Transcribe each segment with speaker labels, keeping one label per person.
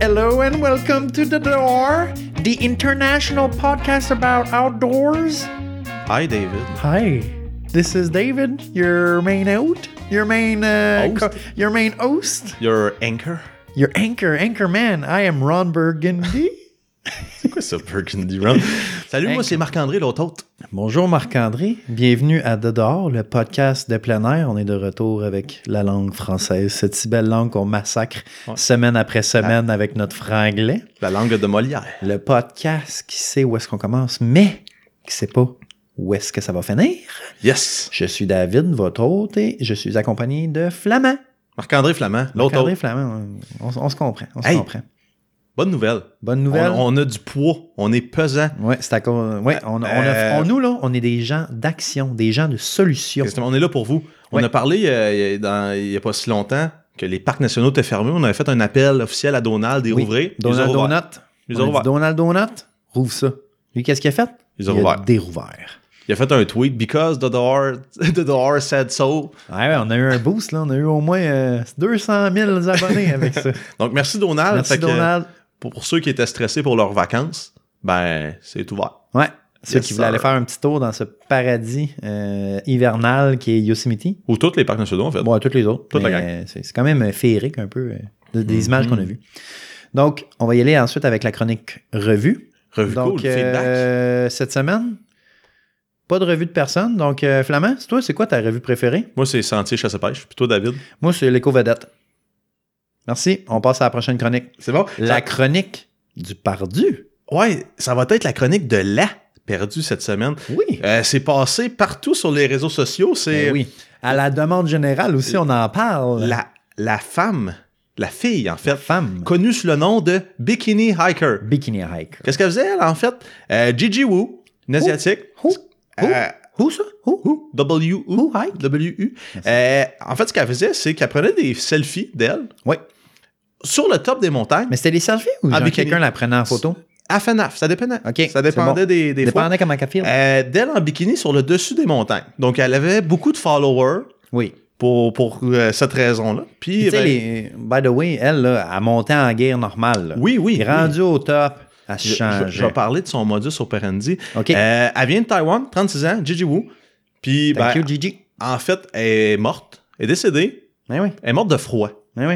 Speaker 1: Hello and welcome to The Door, the international podcast about outdoors.
Speaker 2: Hi, David.
Speaker 1: Hi, this is David, your main out, your main, uh,
Speaker 2: Host?
Speaker 1: co- your main host,
Speaker 2: Your anchor.
Speaker 1: your anchor, anchor man. I am Ron Burgundy.
Speaker 2: C'est quoi ça, Burgundy Rum? Salut, moi,
Speaker 1: Anchor.
Speaker 2: c'est Marc-André, l'autre hôte.
Speaker 1: Bonjour Marc-André, bienvenue à De Dehors, le podcast de plein air. On est de retour avec la langue française, cette si belle langue qu'on massacre
Speaker 2: Ouais.
Speaker 1: semaine après semaine avec notre franglais.
Speaker 2: La langue de Molière.
Speaker 1: Le podcast qui sait où est-ce qu'on commence, mais qui sait pas où est-ce que ça va finir.
Speaker 2: Yes.
Speaker 1: Je suis David, votre hôte, et je suis accompagné de Flamand.
Speaker 2: Marc-André Flamand, l'autre
Speaker 1: Regardez
Speaker 2: hôte.
Speaker 1: Flamand, on, on s- on se comprend, on se
Speaker 2: Hey.
Speaker 1: comprend.
Speaker 2: Bonne nouvelle.
Speaker 1: Bonne
Speaker 2: On,
Speaker 1: nouvelle.
Speaker 2: on a du poids. On est pesant.
Speaker 1: Ouais, c'est à cause. Ouais, on, on a-
Speaker 2: Euh.
Speaker 1: on- nous là, on est des gens d'action, des gens de solution.
Speaker 2: Exactement, On est là pour vous. On
Speaker 1: Ouais.
Speaker 2: a parlé euh, il y a- dans- il n'y a pas si longtemps que les parcs nationaux étaient fermés. On avait fait un appel officiel à Donald et
Speaker 1: Oui.
Speaker 2: ouvrir. Ils
Speaker 1: Donald
Speaker 2: ont rouvert.
Speaker 1: Donut.
Speaker 2: Ils
Speaker 1: On
Speaker 2: ont
Speaker 1: a dit,
Speaker 2: rouvert.
Speaker 1: Donald Donut, rouvre ça. Lui, qu'est-ce qu'il a fait?
Speaker 2: Ils ont
Speaker 1: Il a
Speaker 2: rouvert.
Speaker 1: dérouvert.
Speaker 2: Il a fait un tweet because the door, the door said so.
Speaker 1: Ah ouais, on a eu un boost, là. On a eu au moins euh, 200 000 abonnés avec ça.
Speaker 2: Donc merci Donald.
Speaker 1: Merci,
Speaker 2: Fait que,
Speaker 1: Donald.
Speaker 2: Pour, pour ceux qui étaient stressés pour leurs vacances, ben c'est ouvert.
Speaker 1: Ouais. Ceux
Speaker 2: Yes,
Speaker 1: qui voulaient aller
Speaker 2: sir.
Speaker 1: faire un petit tour dans ce paradis euh, hivernal qui est Yosemite.
Speaker 2: Ou tous Euh, les parcs nationaux en fait.
Speaker 1: Bon, à toutes les autres.
Speaker 2: Toute la Mhm.
Speaker 1: mais, euh, c'est c'est quand même euh, féerique un peu euh, de- des images qu'on a vues. Donc, on va y aller ensuite avec la chronique revue.
Speaker 2: Revue
Speaker 1: donc,
Speaker 2: cool, feedback.
Speaker 1: euh, cette semaine, pas de revue de personne. Donc, euh, Flamand, c'est toi, c'est quoi ta revue préférée?
Speaker 2: Moi, c'est Sentier Chasse à Pêche. Puis toi, David.
Speaker 1: Moi, c'est l'éco-vedette. Merci. On passe à la prochaine chronique.
Speaker 2: C'est bon?
Speaker 1: La chronique du Pardu.
Speaker 2: Ouais, ça va être la chronique de la perdue cette semaine.
Speaker 1: Oui.
Speaker 2: Euh, c'est passé partout sur les réseaux sociaux. C'est
Speaker 1: Ben oui. À la demande générale aussi, on en parle.
Speaker 2: Euh, la, la femme, la fille en fait,
Speaker 1: femme.
Speaker 2: connue sous le nom de Bikini Hiker.
Speaker 1: Bikini Hiker.
Speaker 2: Qu'est-ce qu'elle faisait, elle, en fait? Euh, Gigi Wu, une Asiatique.
Speaker 1: Who? Who?
Speaker 2: Euh,
Speaker 1: Who, ça? Who?
Speaker 2: Who? W-U. W-U. Euh, en fait, ce qu'elle faisait, c'est qu'elle prenait des selfies d'elle
Speaker 1: Oui.
Speaker 2: sur le top des montagnes
Speaker 1: Mais c'était des selfies ou
Speaker 2: Ah,
Speaker 1: genre
Speaker 2: bikini.
Speaker 1: quelqu'un la prenait en photo?
Speaker 2: à FNAF. Ça dépendait.
Speaker 1: Ok,
Speaker 2: Ça dépendait
Speaker 1: c'est
Speaker 2: des, des fois.
Speaker 1: Dépendait comment qu'elle filme.
Speaker 2: Euh, d'elle en bikini sur le dessus des montagnes. Donc, elle avait beaucoup de followers
Speaker 1: oui.
Speaker 2: pour, pour euh, cette raison-là. Puis,
Speaker 1: Tu sais,
Speaker 2: ben,
Speaker 1: les- by the way, elle, là, elle montait en guerre normale. là.
Speaker 2: oui, oui.
Speaker 1: Elle est
Speaker 2: oui.
Speaker 1: rendue au top, elle se
Speaker 2: Je, je-
Speaker 1: changeait.
Speaker 2: je vais parler de son modus operandi.
Speaker 1: OK.
Speaker 2: Euh, elle vient de Taïwan, 36 ans, Gigi Wu. Puis,
Speaker 1: Thank
Speaker 2: ben,
Speaker 1: you, Gigi.
Speaker 2: en fait, elle est morte. Elle est décédée.
Speaker 1: Eh oui,
Speaker 2: Elle est morte de froid.
Speaker 1: eh oui.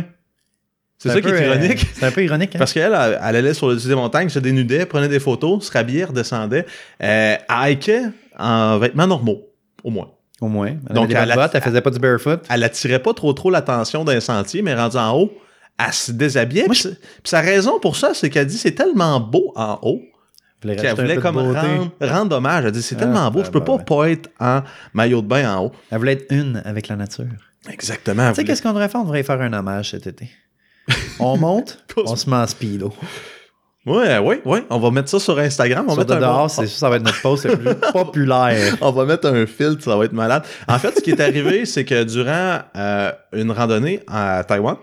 Speaker 2: C'est ça
Speaker 1: un
Speaker 2: qui est
Speaker 1: peu, euh,
Speaker 2: ironique.
Speaker 1: c'est un peu ironique. hein.
Speaker 2: Parce qu'elle, elle elle allait sur le dessus des montagnes, se dénudait, prenait des photos, se rhabillait, redescendait. Euh, elle hikait en vêtements normaux, au moins.
Speaker 1: Au moins. Elle
Speaker 2: Donc,
Speaker 1: Donc,
Speaker 2: elle
Speaker 1: elle,
Speaker 2: a-
Speaker 1: bottes, elle faisait pas du barefoot.
Speaker 2: elle attirait pas trop trop l'attention d'un sentier, mais rendue en haut, elle se déshabillait.
Speaker 1: Moi,
Speaker 2: Puis c'est- puis sa raison pour ça, c'est qu'elle dit c'est tellement beau en haut
Speaker 1: Elle
Speaker 2: qu'elle voulait comme rendre, rendre hommage. Elle dit c'est
Speaker 1: Ah,
Speaker 2: tellement beau,
Speaker 1: ben,
Speaker 2: je peux
Speaker 1: ben,
Speaker 2: pas
Speaker 1: ben.
Speaker 2: pas être en maillot de bain en haut.
Speaker 1: Elle voulait être une avec la nature.
Speaker 2: Exactement.
Speaker 1: Tu sais, qu'est-ce qu'on devrait faire? On devrait faire un hommage cet été. On monte, on se met en speedo.
Speaker 2: Ouais, ouais, ouais. On va mettre ça sur Instagram. On va
Speaker 1: Sur
Speaker 2: mettre
Speaker 1: de
Speaker 2: un
Speaker 1: dehors, c'est sûr, ça va être notre post le plus populaire.
Speaker 2: On va mettre un filtre, ça va être malade. En fait, ce qui est arrivé, c'est que durant euh, une randonnée à Taïwan,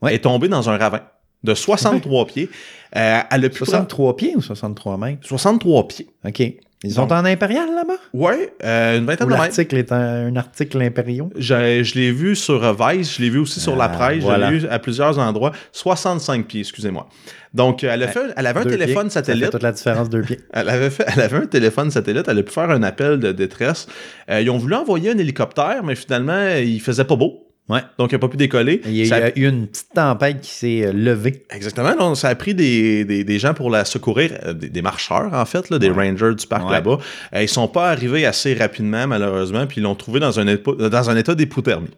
Speaker 1: Ouais.
Speaker 2: elle est tombée dans un ravin de 63 pieds. Euh, elle a pu prendre
Speaker 1: 63 pieds ou 63 mètres?
Speaker 2: 63 pieds.
Speaker 1: OK. Ils sont en impérial là-bas?
Speaker 2: Ouais, euh, une
Speaker 1: Ou
Speaker 2: vingtaine de mètres.
Speaker 1: L'article est un, un article impérial.
Speaker 2: Je, je l'ai vu sur euh, Vice, je l'ai vu aussi sur la
Speaker 1: Ah,
Speaker 2: presse,
Speaker 1: voilà.
Speaker 2: je l'ai vu à plusieurs endroits. 65 pieds, excusez-moi. Donc, euh, elle, a fait, elle avait un
Speaker 1: Deux
Speaker 2: téléphone
Speaker 1: pieds, Ça
Speaker 2: satellite.
Speaker 1: fait toute la différence de deux pieds.
Speaker 2: Elle avait, fait- elle avait un téléphone satellite, elle a pu faire un appel de détresse. Euh, ils ont voulu envoyer un hélicoptère, mais finalement, euh, il faisait pas beau.
Speaker 1: Ouais.
Speaker 2: Donc, il n'a pas pu décoller.
Speaker 1: Il y
Speaker 2: Ça-
Speaker 1: a eu une petite tempête qui s'est euh, levée.
Speaker 2: Exactement. non, ça a pris des, des- des gens pour la secourir, euh, des, des marcheurs, en fait, là, des
Speaker 1: Ouais.
Speaker 2: rangers du parc
Speaker 1: Ouais.
Speaker 2: là-bas. Euh, ils sont pas arrivés assez rapidement, malheureusement, puis ils l'ont trouvé dans un, épo- dans un état d'hypothermie.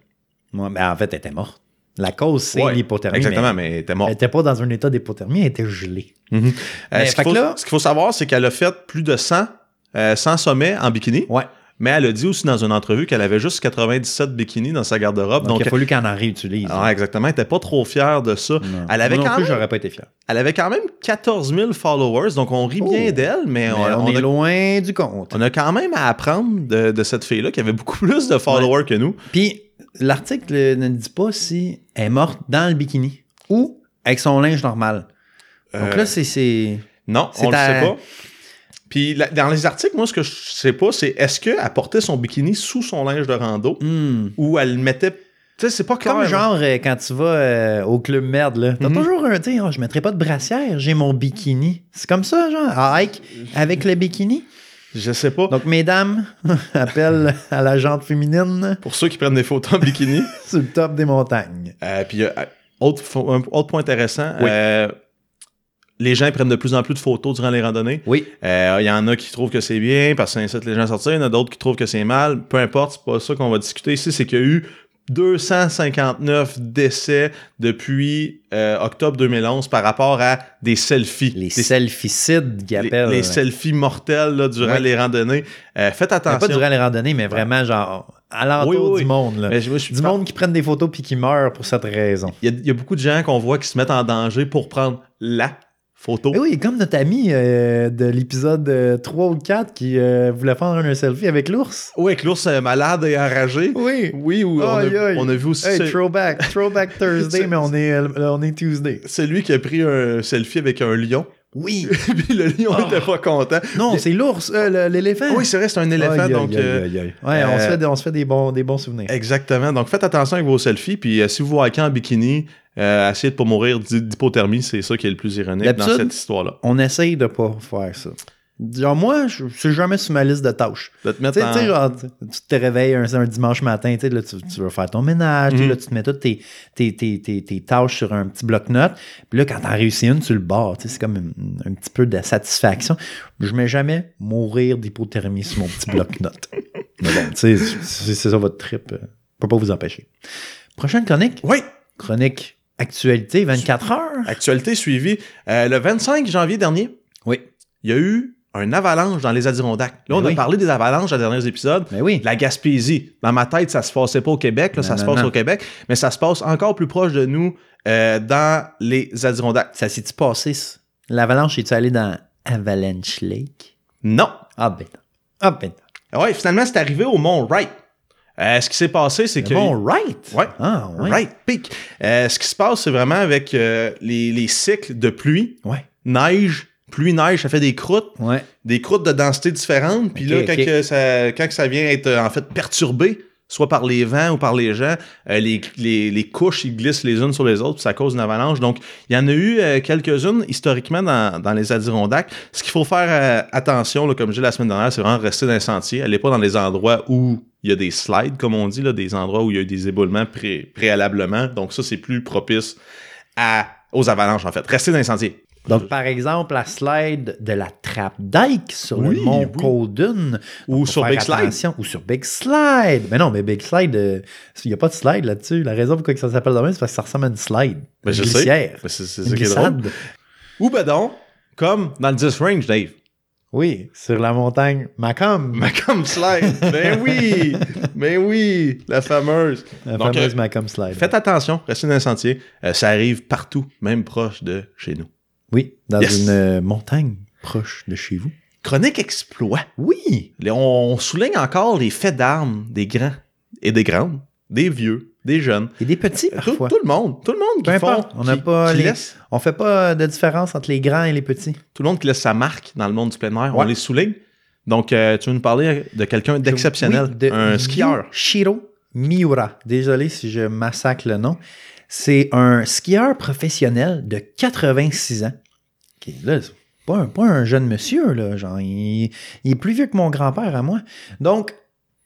Speaker 1: Ouais, mais ben, en fait, elle était morte. La cause, c'est
Speaker 2: Ouais,
Speaker 1: l'hypothermie. mais
Speaker 2: Exactement, mais elle était
Speaker 1: Elle
Speaker 2: morte.
Speaker 1: n'était pas dans un état d'hypothermie, elle était gelée.
Speaker 2: Mhm. Euh,
Speaker 1: Mais
Speaker 2: ce
Speaker 1: fait
Speaker 2: qu'il
Speaker 1: que
Speaker 2: faut,
Speaker 1: là-
Speaker 2: ce qu'il faut savoir, c'est qu'elle a fait plus de 100, euh, 100 sommets en bikini.
Speaker 1: Ouais.
Speaker 2: Mais elle a dit aussi dans une entrevue qu'elle avait juste 97 bikinis dans sa garde-robe.
Speaker 1: Donc,
Speaker 2: Donc,
Speaker 1: il a fallu qu'elle en réutilise.
Speaker 2: ah, exactement, elle n'était pas trop fière de ça.
Speaker 1: Non.
Speaker 2: Elle avait
Speaker 1: Moi non
Speaker 2: quand
Speaker 1: plus,
Speaker 2: même-
Speaker 1: j'aurais pas été fier.
Speaker 2: Elle avait quand même 14 000 followers, donc on rit
Speaker 1: Oh.
Speaker 2: bien d'elle, mais,
Speaker 1: Mais
Speaker 2: on,
Speaker 1: on,
Speaker 2: on
Speaker 1: est
Speaker 2: a,
Speaker 1: loin du compte.
Speaker 2: on a quand même à apprendre de, de cette fille-là qui avait beaucoup plus de followers que nous.
Speaker 1: Puis, l'article euh, ne dit pas si elle est morte dans le bikini ou avec son linge normal. Donc
Speaker 2: Euh,
Speaker 1: là, c'est- c'est.
Speaker 2: non,
Speaker 1: c'est
Speaker 2: on le
Speaker 1: à-
Speaker 2: sait pas. Puis la- dans les articles, moi, ce que je sais pas, c'est est-ce qu'elle portait son bikini sous son linge de rando
Speaker 1: Hmm.
Speaker 2: ou elle le mettait. tu sais, c'est pas clair.
Speaker 1: Comme
Speaker 2: là.
Speaker 1: genre euh, quand tu vas euh, au club merde, là, t'as
Speaker 2: Mhm.
Speaker 1: toujours un, tu sais, oh, je mettrai pas de brassière, j'ai mon bikini. C'est comme ça, genre, à hike avec le bikini.
Speaker 2: Je sais pas.
Speaker 1: Donc, mesdames, appel à la jante féminine
Speaker 2: Pour ceux qui prennent des photos en bikini.
Speaker 1: sur le top des montagnes.
Speaker 2: Euh, puis, euh, autre, fo- un autre point intéressant,
Speaker 1: Oui.
Speaker 2: euh, les gens prennent de plus en plus de photos durant les randonnées.
Speaker 1: Oui.
Speaker 2: Euh, Il y en a qui trouvent que c'est bien parce que ça incite les gens à sortir. Il y en a d'autres qui trouvent que c'est mal. Peu importe, c'est pas ça qu'on va discuter ici. C'est qu'il y a eu 259 décès depuis euh, octobre 2011 par rapport à des selfies.
Speaker 1: Les
Speaker 2: Des-
Speaker 1: selficides qui
Speaker 2: les-
Speaker 1: appellent.
Speaker 2: les selfies mortelles là, durant
Speaker 1: Oui.
Speaker 2: les randonnées. Euh, faites
Speaker 1: Enfin,
Speaker 2: attention.
Speaker 1: Pas durant les randonnées, mais vraiment, genre, à l'entour
Speaker 2: Oui, oui, oui.
Speaker 1: du monde. Là.
Speaker 2: Mais je- moi, je suis
Speaker 1: Du
Speaker 2: pas-
Speaker 1: monde qui prennent des photos puis qui meurent pour cette raison.
Speaker 2: Il y, a- il y a beaucoup de gens qu'on voit qui se mettent en danger pour prendre la photo.
Speaker 1: Eh oui, comme notre ami euh, de l'épisode euh, 3 ou 4 qui euh, voulait prendre un selfie avec l'ours.
Speaker 2: Oui, avec l'ours euh, malade et enragé.
Speaker 1: Oui.
Speaker 2: Oui, oui, on, a,
Speaker 1: Aïe, aïe.
Speaker 2: on a vu aussi
Speaker 1: Hey,
Speaker 2: ce-
Speaker 1: throwback, throwback Thursday,
Speaker 2: C'est-
Speaker 1: mais on est, euh, on est Tuesday.
Speaker 2: celui qui a pris un selfie avec un lion.
Speaker 1: Oui.
Speaker 2: Puis le lion
Speaker 1: Oh.
Speaker 2: était pas content.
Speaker 1: Non, c'est l'ours, euh, le- l'éléphant.
Speaker 2: Ah oui, c'est vrai, c'est un éléphant.
Speaker 1: Aïe, aïe,
Speaker 2: donc,
Speaker 1: aïe,
Speaker 2: euh,
Speaker 1: aïe, aïe. Ouais, on,
Speaker 2: euh,
Speaker 1: se fait, des- on se fait des bons, des bons souvenirs.
Speaker 2: Exactement. Donc, faites attention avec vos selfies. Puis, euh, si vous hikez en bikini, euh, essayez de pas mourir d'hy- d'hypothermie. C'est ça qui est le plus ironique dans
Speaker 1: D'habitude-
Speaker 2: cette histoire-là.
Speaker 1: On essaye de pas faire ça. Genre, moi, je suis jamais sur ma liste de tâches.
Speaker 2: De te mettre
Speaker 1: Tu sais,
Speaker 2: en-
Speaker 1: tu sais, genre, tu tu te réveilles un, un dimanche matin, tu sais, là, tu, tu veux faire ton ménage, tu sais,
Speaker 2: Mhm.
Speaker 1: là, tu te mets toutes tes, tes, tes, tes, tes tâches sur un petit bloc-notes. Puis là, quand t'en réussis une, tu le barres. tu sais, C'est comme un, un petit peu de satisfaction. Je mets jamais mourir d'hypothermie sur mon petit bloc-notes. Mais bon, tu sais, c'est c'est ça votre trip. euh, Je peux pas vous empêcher. Prochaine chronique.
Speaker 2: Oui,
Speaker 1: Chronique actualité, 24 heures.
Speaker 2: actualité suivie. Euh, le 25 janvier dernier,
Speaker 1: Oui.
Speaker 2: il y a eu un avalanche dans les Adirondacks. Là,
Speaker 1: Mais
Speaker 2: on a
Speaker 1: Ben oui.
Speaker 2: parlé des avalanches dans les derniers épisodes.
Speaker 1: Ben oui.
Speaker 2: La Gaspésie. Dans ma tête, ça se passait pas au Québec.
Speaker 1: Non,
Speaker 2: Là, ça se
Speaker 1: non,
Speaker 2: passe
Speaker 1: non.
Speaker 2: au Québec. Mais ça se passe encore plus proche de nous euh, dans les Adirondacks.
Speaker 1: Ça s'est-tu passé? ça? L'avalanche, est tu allé dans Avalanche Lake?
Speaker 2: Non.
Speaker 1: Ah ben. non. Ah ben. non.
Speaker 2: Ouais, finalement, c'est arrivé au Mont Wright. Euh, ce qui s'est passé, c'est
Speaker 1: Le
Speaker 2: que...
Speaker 1: Bon, right.
Speaker 2: Ouais.
Speaker 1: Ah, ouais.
Speaker 2: Right Peak. Euh, ce qui se passe, c'est vraiment avec euh, les, les cycles de pluie,
Speaker 1: Ouais.
Speaker 2: neige, pluie-neige, ça fait des croûtes,
Speaker 1: Ouais.
Speaker 2: des croûtes de densité différentes. Puis
Speaker 1: Ok,
Speaker 2: là, quand,
Speaker 1: ok.
Speaker 2: que ça, quand que ça vient être euh, en fait perturbé, soit par les vents ou par les gens, euh, les, les- les couches, ils glissent les unes sur les autres, puis ça cause une avalanche. Donc, il y en a eu euh, quelques-unes historiquement dans, dans les Adirondacks. Ce qu'il faut faire euh, attention, là, comme je dis la semaine dernière, c'est vraiment rester dans les sentiers. Allez pas dans les endroits où il y a des slides, comme on dit, là, des endroits où il y a eu des éboulements pré- préalablement. Donc, ça, c'est plus propice à, aux avalanches, en fait. Restez dans les sentiers.
Speaker 1: Donc, par exemple, la slide de la trappe Dyke sur
Speaker 2: Oui,
Speaker 1: le mont
Speaker 2: oui.
Speaker 1: Cowden.
Speaker 2: Ou sur
Speaker 1: Faut
Speaker 2: Big
Speaker 1: faire
Speaker 2: Slide.
Speaker 1: attention. Ou sur Big Slide. Mais non, mais Big Slide, euh, il n'y a pas de slide là-dessus. La raison pourquoi que ça s'appelle demain, c'est parce que ça ressemble à une slide.
Speaker 2: Ben,
Speaker 1: une
Speaker 2: je sais.
Speaker 1: glissière.
Speaker 2: Ben, C'est c'est
Speaker 1: Une
Speaker 2: ça qui est drôle.
Speaker 1: glissade.
Speaker 2: Ou ben donc, comme dans le 10 range, Dave.
Speaker 1: Oui, sur la montagne Macomb.
Speaker 2: Macomb Slide. ben oui! Ben oui! La fameuse.
Speaker 1: La
Speaker 2: Donc,
Speaker 1: fameuse
Speaker 2: euh,
Speaker 1: Macomb Slide.
Speaker 2: Faites attention, restez dans les sentiers. Euh, ça arrive partout, même proche de chez nous.
Speaker 1: Oui, dans
Speaker 2: Yes.
Speaker 1: une euh, montagne proche de chez vous.
Speaker 2: Chronique exploit.
Speaker 1: Oui.
Speaker 2: Les- On souligne encore les faits d'armes des grands et des grandes, des vieux, des jeunes.
Speaker 1: Et des petits,
Speaker 2: Tout,
Speaker 1: parfois.
Speaker 2: tout le monde, tout le monde
Speaker 1: Peu
Speaker 2: qui font,
Speaker 1: importe, on n'a
Speaker 2: qui-
Speaker 1: pas
Speaker 2: qui
Speaker 1: les-
Speaker 2: laisse-
Speaker 1: On fait pas de différence entre les grands et les petits.
Speaker 2: tout le monde qui laisse sa marque dans le monde du plein air, on
Speaker 1: Ouais.
Speaker 2: les souligne. Donc, euh, tu veux nous parler de quelqu'un d'exceptionnel,
Speaker 1: Oui, de
Speaker 2: un skieur.
Speaker 1: Shiro Miura. Désolé si je massacre le nom. C'est un skieur professionnel de 86 ans. Qui, là, c'est pas un, pas un jeune monsieur, là. Genre, il, il est plus vieux que mon grand-père à moi. Donc,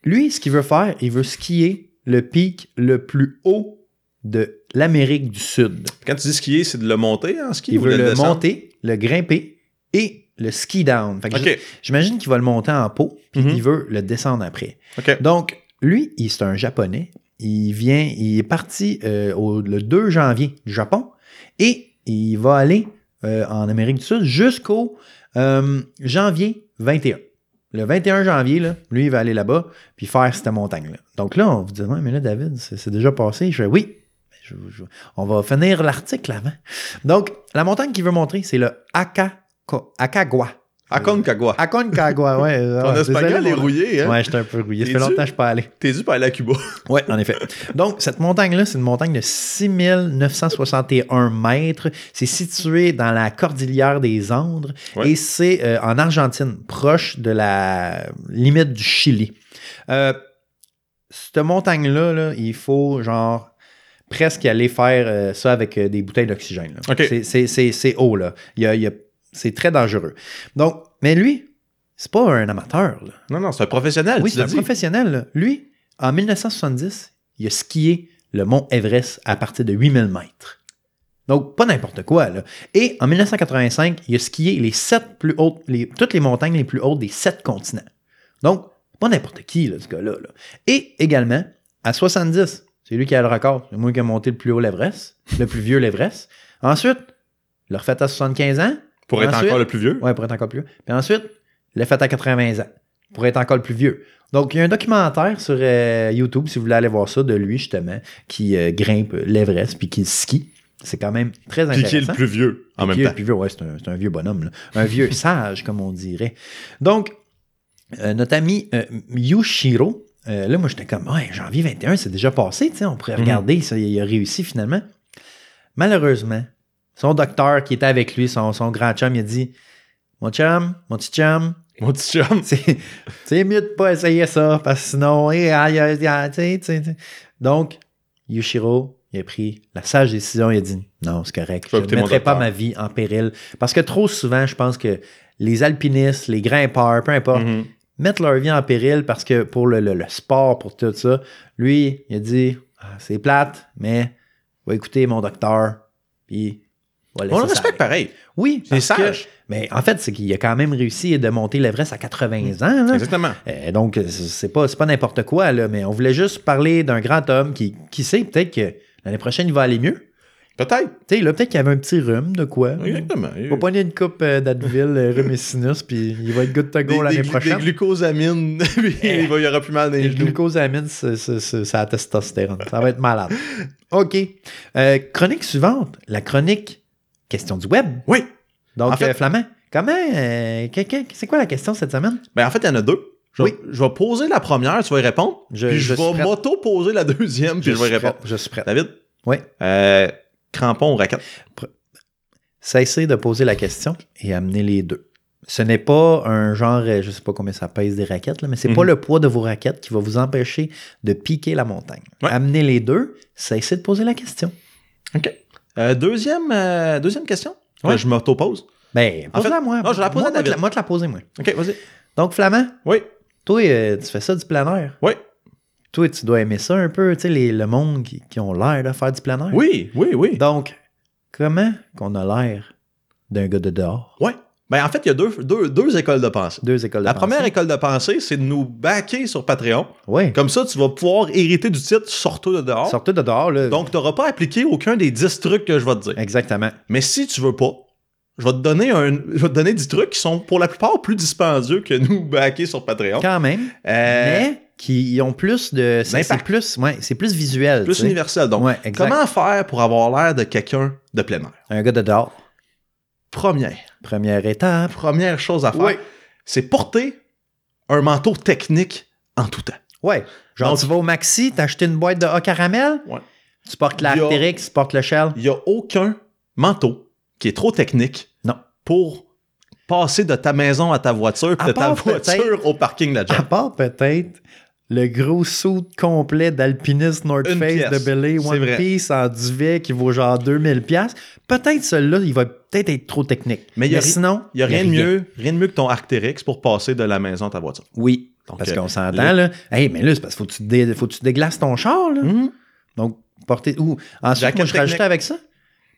Speaker 1: lui, ce qu'il veut faire, il veut skier le pic le plus haut de l'Amérique du Sud.
Speaker 2: Quand tu dis skier, c'est de le monter en ski
Speaker 1: Il
Speaker 2: ou
Speaker 1: veut
Speaker 2: de
Speaker 1: le
Speaker 2: descendre?
Speaker 1: monter, le grimper et le ski down. Fait que
Speaker 2: OK.
Speaker 1: J'imagine qu'il va le monter en pot, puis
Speaker 2: Mhm.
Speaker 1: il veut le descendre après.
Speaker 2: OK.
Speaker 1: Donc, lui, il- c'est un Japonais. Il vient, il est parti euh, au- le 2 janvier du Japon et il va aller euh, en Amérique du Sud jusqu'au euh, janvier 21. Le 21 janvier, là, lui, il va aller là-bas puis faire cette montagne-là. Donc là, on vous dit, ouais, mais là, David, c'est c'est déjà passé. Je fais, oui, mais je- je- on va finir l'article avant. Donc, la montagne qu'il veut montrer, c'est le Akako- Akagawa.
Speaker 2: À Concagua.
Speaker 1: Aconcagua, ouais.
Speaker 2: Ton
Speaker 1: ouais,
Speaker 2: espagnol
Speaker 1: désolé,
Speaker 2: est
Speaker 1: mon-
Speaker 2: rouillé, hein?
Speaker 1: Ouais, j'étais un peu rouillé. Ça fait
Speaker 2: T'es
Speaker 1: longtemps
Speaker 2: dû?
Speaker 1: que je suis pas allé.
Speaker 2: T'es dû pour aller à Cuba.
Speaker 1: Ouais, en effet. Donc, cette montagne-là, c'est une montagne de 6961 mètres. C'est situé dans la cordillère des Andes
Speaker 2: Ouais.
Speaker 1: et c'est euh, en Argentine, proche de la limite du Chili. Euh, cette montagne-là, là, il faut genre presque aller faire euh, ça avec euh, des bouteilles d'oxygène. là.
Speaker 2: OK.
Speaker 1: C'est- c'est- C'est c'est haut, là. Il y a- il y a- c'est très dangereux. Donc, mais lui, c'est pas un amateur. là.
Speaker 2: Non, non, c'est un professionnel.
Speaker 1: Oui,
Speaker 2: tu
Speaker 1: c'est
Speaker 2: l'as
Speaker 1: un
Speaker 2: dit.
Speaker 1: professionnel. là. Lui, en 1970, il a skié le mont Everest à partir de 8000 mètres. Donc, pas n'importe quoi. Là. Et en 1985, il a skié les sept plus hautes, les- toutes les montagnes les plus hautes des sept continents. Donc, pas n'importe qui, là, ce gars-là. là. Et également, à 70, c'est lui qui a le record. C'est moi qui ai monté le plus haut l'Everest, le plus vieux l'Everest. Ensuite, il l'a refait à 75 ans.
Speaker 2: Pour être
Speaker 1: Ensuite-
Speaker 2: encore le plus vieux.
Speaker 1: Ouais, pour être encore plus vieux. Puis ensuite, il l'a fait à 80 ans, pour être encore le plus vieux. Donc, il y a un documentaire sur euh, YouTube, si vous voulez aller voir ça, de lui, justement, qui euh, grimpe l'Everest puis qui skie. C'est quand même très
Speaker 2: Puis qui est
Speaker 1: intéressant.
Speaker 2: le plus vieux en même
Speaker 1: Puis,
Speaker 2: temps.
Speaker 1: puis vieux, ouais, c'est un, c'est un vieux bonhomme, là. un vieux sage, comme on dirait. Donc, euh, notre ami euh, Yushiro, euh, là, moi, j'étais comme, ouais, janvier 21, c'est déjà passé, tu sais, on pourrait
Speaker 2: Mhm.
Speaker 1: regarder, ça, il a réussi finalement. Malheureusement, son docteur qui était avec lui, son, son grand chum, il a dit, mon chum, mon petit chum,
Speaker 2: Mon petit chum.
Speaker 1: c'est c'est mieux de pas essayer ça, parce que sinon, eh, aïe, aïe, aïe, tu sais, tu sais, tu sais. Donc, Yushiro, il a pris la sage décision, il a dit non, c'est correct,
Speaker 2: Je
Speaker 1: je
Speaker 2: vais
Speaker 1: ne
Speaker 2: écouter mon
Speaker 1: mettrai pas
Speaker 2: docteur.
Speaker 1: ma vie en péril. Parce que trop souvent, je pense que les alpinistes, les grimpeurs, peu importe,
Speaker 2: Mhm.
Speaker 1: mettent leur vie en péril parce que pour le, le- le sport, pour tout ça, lui, il a dit Ah, c'est plate, mais va écouter mon docteur, puis va laisser
Speaker 2: On le
Speaker 1: ça
Speaker 2: respecte
Speaker 1: aller.
Speaker 2: pareil.
Speaker 1: Oui,
Speaker 2: C'est
Speaker 1: parce que-
Speaker 2: sage.
Speaker 1: mais en fait, c'est qu'il a quand même réussi de monter l'Everest à 80 ans. là.
Speaker 2: Exactement.
Speaker 1: Euh, donc, c'est- c'est pas, c'est pas n'importe quoi, là, mais on voulait juste parler d'un grand homme qui, qui sait peut-être que l'année prochaine, il va aller mieux.
Speaker 2: Peut-être.
Speaker 1: Tu sais, là, peut-être qu'il avait un petit rhume de quoi.
Speaker 2: Mhm. Exactement.
Speaker 1: Il va pogner une coupe euh, d'Advil, euh, rhume et sinus, puis il va être good to
Speaker 2: Des,
Speaker 1: go l'année
Speaker 2: des glu- des
Speaker 1: prochaine.
Speaker 2: glucosamines.
Speaker 1: Eh.
Speaker 2: il va y aura plus mal dans
Speaker 1: Les
Speaker 2: les genoux.
Speaker 1: glucosamines, c'est c'est- c'est- c'est la testostérone. Ça va être malade. OK. Euh, chronique suivante, la chronique question du web.
Speaker 2: Oui.
Speaker 1: Donc,
Speaker 2: En fait-
Speaker 1: euh, Flamand, comment... euh, que- que- c'est quoi la question cette semaine?
Speaker 2: Ben, en fait, il y en a deux. Je,
Speaker 1: Oui.
Speaker 2: je vais poser la première, tu vas y répondre.
Speaker 1: Je-
Speaker 2: puis
Speaker 1: je
Speaker 2: je,
Speaker 1: suis
Speaker 2: vais
Speaker 1: prête.
Speaker 2: m'auto-poser la deuxième, puis je, vais y
Speaker 1: suis prêt,
Speaker 2: répondre.
Speaker 1: Je suis prêt.
Speaker 2: David?
Speaker 1: Oui.
Speaker 2: Euh, crampon ou raquette?
Speaker 1: Cessez de poser la question et amenez les deux. Ce n'est pas un genre, euh, je sais pas combien ça pèse des raquettes, là, mais c'est
Speaker 2: Mhm.
Speaker 1: pas le poids de vos raquettes qui va vous empêcher de piquer la montagne.
Speaker 2: Ouais.
Speaker 1: Amenez les deux, cessez de poser la question.
Speaker 2: OK. Euh, deuxième, euh, deuxième question?
Speaker 1: Ouais.
Speaker 2: Euh, je m'auto-pose.
Speaker 1: Ben,
Speaker 2: En fait,
Speaker 1: pose-la à moi.
Speaker 2: non, je la pose à
Speaker 1: moi, moi,
Speaker 2: David.
Speaker 1: te la- moi, te la poser, moi.
Speaker 2: OK, vas-y.
Speaker 1: Donc, Flamand,
Speaker 2: Oui.
Speaker 1: toi, euh, tu fais ça du plein air.
Speaker 2: Oui.
Speaker 1: Toi, tu dois aimer ça un peu, tu sais, les- le monde qui, qui ont l'air de faire du plein air.
Speaker 2: Oui, oui, oui.
Speaker 1: Donc, comment qu'on a l'air d'un gars de dehors?
Speaker 2: Ouais. Ben, en fait, il y a deux, deux, deux écoles de pensée.
Speaker 1: Deux écoles de
Speaker 2: La première école de pensée, c'est de nous backer sur Patreon.
Speaker 1: Oui.
Speaker 2: Comme ça, tu vas pouvoir hériter du titre Sortez de dehors.
Speaker 1: Sortez de dehors, là.
Speaker 2: Donc, tu n'auras pas appliqué aucun des 10 trucs que je vais te dire.
Speaker 1: Exactement.
Speaker 2: Mais si tu veux pas, je vais te donner un, je vais te donner des trucs qui sont pour la plupart plus dispendieux que nous backer sur Patreon.
Speaker 1: Quand même.
Speaker 2: Euh,
Speaker 1: mais qui ont plus de. C'est c'est
Speaker 2: D'impact.
Speaker 1: plus, ouais, c'est plus visuel.
Speaker 2: plus
Speaker 1: tu sais.
Speaker 2: universel. Donc,
Speaker 1: Ouais, exact.
Speaker 2: comment faire pour avoir l'air de quelqu'un de plein air?
Speaker 1: Un gars de dehors.
Speaker 2: Première,
Speaker 1: Première étape.
Speaker 2: première chose à faire,
Speaker 1: Ouais.
Speaker 2: c'est porter un manteau technique en tout temps.
Speaker 1: Ouais. Genre,
Speaker 2: Donc-
Speaker 1: tu vas au Maxi, t'as acheté une boîte de A caramel.
Speaker 2: Ouais.
Speaker 1: Tu portes
Speaker 2: Il y a-
Speaker 1: l'Artérix, tu portes le Shell.
Speaker 2: Il n'y a aucun manteau qui est trop technique
Speaker 1: Non.
Speaker 2: pour passer de ta maison à ta voiture, puis
Speaker 1: À
Speaker 2: de ta
Speaker 1: part
Speaker 2: voiture au parking de la
Speaker 1: À
Speaker 2: job.
Speaker 1: part peut-être le gros suit complet d'alpiniste North
Speaker 2: Une
Speaker 1: Face
Speaker 2: pièce,
Speaker 1: de Belay,
Speaker 2: c'est
Speaker 1: One
Speaker 2: vrai.
Speaker 1: Piece en duvet qui vaut genre 2000$. piastres. Peut-être celui-là, il va peut-être être trop technique.
Speaker 2: Mais il y a ri-
Speaker 1: sinon,
Speaker 2: Il n'y a rien de mieux, rien de mieux que ton Arcteryx pour passer de la maison à ta voiture.
Speaker 1: Oui.
Speaker 2: Donc,
Speaker 1: Parce
Speaker 2: euh,
Speaker 1: qu'on s'entend, là. Hey, mais là, c'est parce qu'il faut, que tu dé- faut que tu déglaces ton char, là.
Speaker 2: hum,
Speaker 1: Donc, porter. Ou, ensuite,
Speaker 2: Jacket
Speaker 1: moi, je rajoutais
Speaker 2: technique.
Speaker 1: avec ça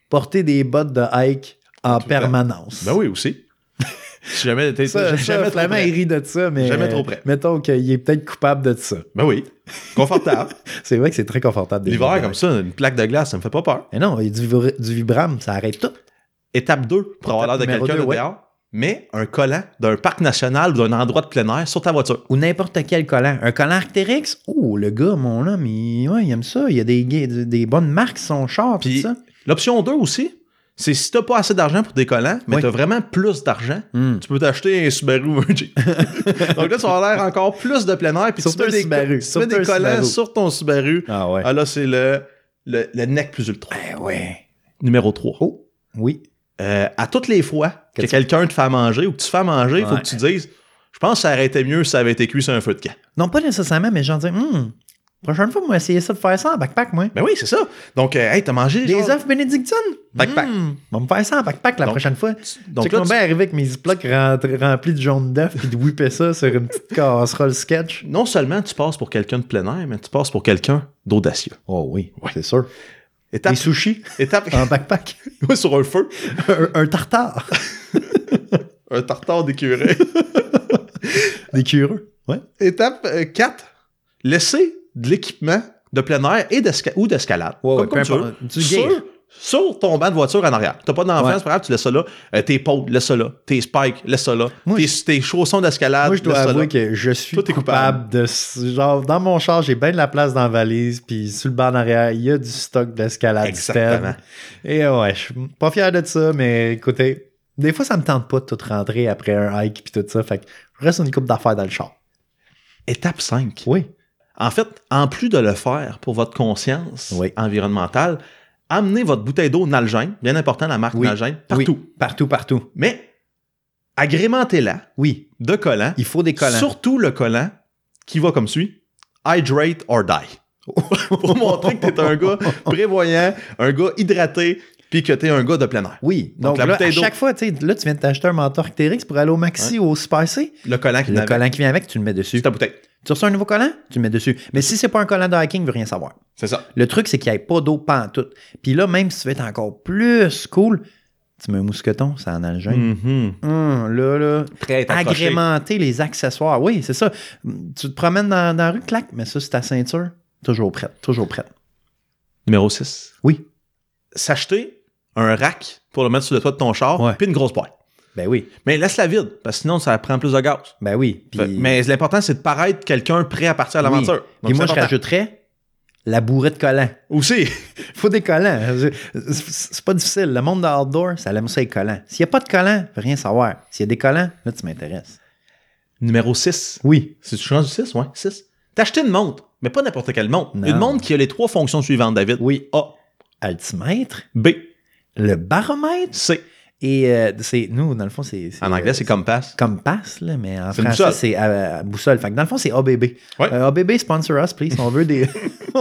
Speaker 1: porter des bottes de hike en
Speaker 2: le temps.
Speaker 1: permanence.
Speaker 2: Ben oui, aussi. si jamais t'es
Speaker 1: Ça,
Speaker 2: jamais
Speaker 1: ça
Speaker 2: trop
Speaker 1: Flamand,
Speaker 2: près.
Speaker 1: il rit de ça, mais.
Speaker 2: Jamais
Speaker 1: euh,
Speaker 2: trop près.
Speaker 1: Mettons qu'il est peut-être coupable de ça.
Speaker 2: Ben oui. Confortable.
Speaker 1: C'est vrai que c'est très confortable. des bottes
Speaker 2: L'hiver,
Speaker 1: de
Speaker 2: comme
Speaker 1: hike.
Speaker 2: ça, une plaque de glace, ça me fait pas peur.
Speaker 1: Mais non, il y a du, vibra- du vibram, ça arrête tout.
Speaker 2: Étape 2, pour avoir l'air de
Speaker 1: numéro
Speaker 2: quelqu'un de
Speaker 1: deux, ouais.
Speaker 2: dehors, mais un collant d'un parc national ou d'un endroit de plein air sur ta voiture.
Speaker 1: Ou n'importe quel collant. Un collant Arcteryx, oh, le gars, mon homme, il, ouais, il aime ça. Il y a des, ga- des- des bonnes marques, son char, tout
Speaker 2: Puis-
Speaker 1: ça.
Speaker 2: L'option 2 aussi, c'est si t'as pas assez d'argent pour des collants, mais
Speaker 1: Oui.
Speaker 2: t'as vraiment plus d'argent,
Speaker 1: Hmm.
Speaker 2: tu peux t'acheter un Subaru ou un Jeep. Donc là, tu vas avoir l'air encore plus de plein air. Puis tu
Speaker 1: Surtout
Speaker 2: mets
Speaker 1: un
Speaker 2: des,
Speaker 1: Subaru,
Speaker 2: tu mets
Speaker 1: surtout
Speaker 2: des
Speaker 1: un
Speaker 2: collants
Speaker 1: Subaru.
Speaker 2: sur ton Subaru.
Speaker 1: Ah ouais.
Speaker 2: Ah là, c'est le, le, le nec plus ultra.
Speaker 1: Ben ouais.
Speaker 2: Numéro 3.
Speaker 1: Oh, oui.
Speaker 2: Euh, à toutes les fois que,
Speaker 1: Que tu-
Speaker 2: quelqu'un te fait à manger ou que tu fais à manger, il faut
Speaker 1: Ouais.
Speaker 2: que tu dises Je pense que ça aurait été mieux si ça avait été cuit sur un feu de camp.
Speaker 1: Non, pas nécessairement, mais j'en dis, hum, Prochaine fois, on va essayer ça de faire ça en backpack, moi.
Speaker 2: Ben oui, c'est ça. Donc, euh, hey, t'as mangé
Speaker 1: Des
Speaker 2: genre-
Speaker 1: œufs bénédictines.
Speaker 2: Backpack.
Speaker 1: Hmm, on va me faire ça en backpack la
Speaker 2: Donc-
Speaker 1: prochaine fois.
Speaker 2: Donc
Speaker 1: tu
Speaker 2: là,
Speaker 1: sais
Speaker 2: tu-
Speaker 1: bien arrivé avec mes ziplocs rentr- remplis de jaune d'œuf puis de whipper ça sur une petite casserole sketch.
Speaker 2: non seulement tu passes pour quelqu'un de plein air, mais tu passes pour quelqu'un d'audacieux.
Speaker 1: Oh oui, c'est sûr.
Speaker 2: Étape,
Speaker 1: Des sushis
Speaker 2: étape
Speaker 1: en backpack.
Speaker 2: Ouais, sur un feu,
Speaker 1: un, un tartare.
Speaker 2: un tartare d'écureuil.
Speaker 1: Des cureux. Ouais.
Speaker 2: étape 4, laisser de l'équipement de plein air et d'esca- ou d'escalade.
Speaker 1: Ouais,
Speaker 2: comme-
Speaker 1: ouais,
Speaker 2: comme
Speaker 1: peu
Speaker 2: tu veux.
Speaker 1: importe. Du gear.
Speaker 2: sur, sur ton banc de voiture en arrière. T'as pas d'enfant,
Speaker 1: Ouais.
Speaker 2: c'est pas grave, tu laisses ça là. Euh, tes potes, laisse ça là. Tes spikes, laisse ça là.
Speaker 1: Moi,
Speaker 2: tes, tes chaussons d'escalade,
Speaker 1: Moi, je dois
Speaker 2: laisse ça là.
Speaker 1: avouer que je suis
Speaker 2: Toi, t'es coupable.
Speaker 1: coupable de. ce- Genre, dans mon char, j'ai bien de la place dans la valise, puis sur le banc en arrière, il y a du stock d'escalade.
Speaker 2: Exactement.
Speaker 1: stead. Et ouais, je suis pas fier de ça, mais écoutez, des fois, ça me tente pas de tout rentrer après un hike puis tout ça. Fait que je reste une coupe d'affaires dans le char.
Speaker 2: Étape 5.
Speaker 1: Oui.
Speaker 2: En fait, en plus de le faire pour votre conscience
Speaker 1: Oui.
Speaker 2: environnementale, amenez votre bouteille d'eau Nalgene, bien important la marque
Speaker 1: Oui.
Speaker 2: Nalgene, partout.
Speaker 1: Oui, partout, partout.
Speaker 2: Mais agrémentez-la
Speaker 1: Oui,
Speaker 2: de collants,
Speaker 1: il faut des collants.
Speaker 2: surtout le collant qui va comme suit Hydrate or die. pour montrer que t'es un gars prévoyant, un gars hydraté, puis que t'es un gars de plein air.
Speaker 1: Oui,
Speaker 2: Donc,
Speaker 1: donc,
Speaker 2: la
Speaker 1: là,
Speaker 2: bouteille
Speaker 1: à
Speaker 2: d'eau.
Speaker 1: chaque fois, tu sais, là, tu viens de t'acheter un mentor Arcteryx pour aller au maxi ou au Spicy.
Speaker 2: Le collant qui
Speaker 1: Le
Speaker 2: n'avait-
Speaker 1: collant qui vient avec, tu le mets dessus.
Speaker 2: C'est ta bouteille.
Speaker 1: Tu reçois un nouveau collant, tu le mets dessus. Mais si c'est pas un collant de hiking, il veut rien savoir.
Speaker 2: C'est ça.
Speaker 1: Le truc, c'est qu'il n'y ait pas d'eau pantoute. Puis là, même si tu veux être encore plus cool, tu mets un mousqueton, ça en a le gêne.
Speaker 2: Mhm. Mm.
Speaker 1: Hum, là, là.
Speaker 2: Prêt à t'accrocher.
Speaker 1: Agrémenter les accessoires. Oui, c'est ça. Hum, Tu te promènes dans, dans la rue, clac, mais ça, c'est ta ceinture. Toujours prête, toujours prête.
Speaker 2: Numéro 6.
Speaker 1: Oui.
Speaker 2: S'acheter un rack pour le mettre sur le toit de ton char,
Speaker 1: Ouais.
Speaker 2: puis une grosse poêle.
Speaker 1: Ben oui,
Speaker 2: Mais laisse-la vide, parce que sinon, ça prend plus de gaz.
Speaker 1: ben oui. Puis,
Speaker 2: Fait- Mais l'important, c'est de paraître quelqu'un prêt à partir à
Speaker 1: Oui.
Speaker 2: l'aventure.
Speaker 1: puis moi,
Speaker 2: Donc, c'est
Speaker 1: je
Speaker 2: important.
Speaker 1: rajouterais la bourrée de collants.
Speaker 2: Aussi,
Speaker 1: faut des collants. C'est- C'est pas difficile. Le monde de outdoor, ça aime ça les collants. S'il n'y a pas de collants, je veux rien savoir. S'il y a des collants, là, tu m'intéresses.
Speaker 2: numéro 6.
Speaker 1: Oui.
Speaker 2: C'est tu changes du 6, ouais, 6. T'acheter une montre, mais pas n'importe quelle montre.
Speaker 1: Non.
Speaker 2: Une montre qui a les trois fonctions suivantes, David.
Speaker 1: Oui.
Speaker 2: A,
Speaker 1: Altimètre,
Speaker 2: B,
Speaker 1: le baromètre
Speaker 2: C.
Speaker 1: et euh, c'est nous, dans le fond, c'est.
Speaker 2: En anglais, c'est Compass.
Speaker 1: Comme passe, là, mais en
Speaker 2: C'est une
Speaker 1: français,
Speaker 2: boussole.
Speaker 1: c'est euh, boussole. Fait que dans le fond, c'est ABB.
Speaker 2: Ouais.
Speaker 1: Euh, ABB, sponsor us, please. On veut des.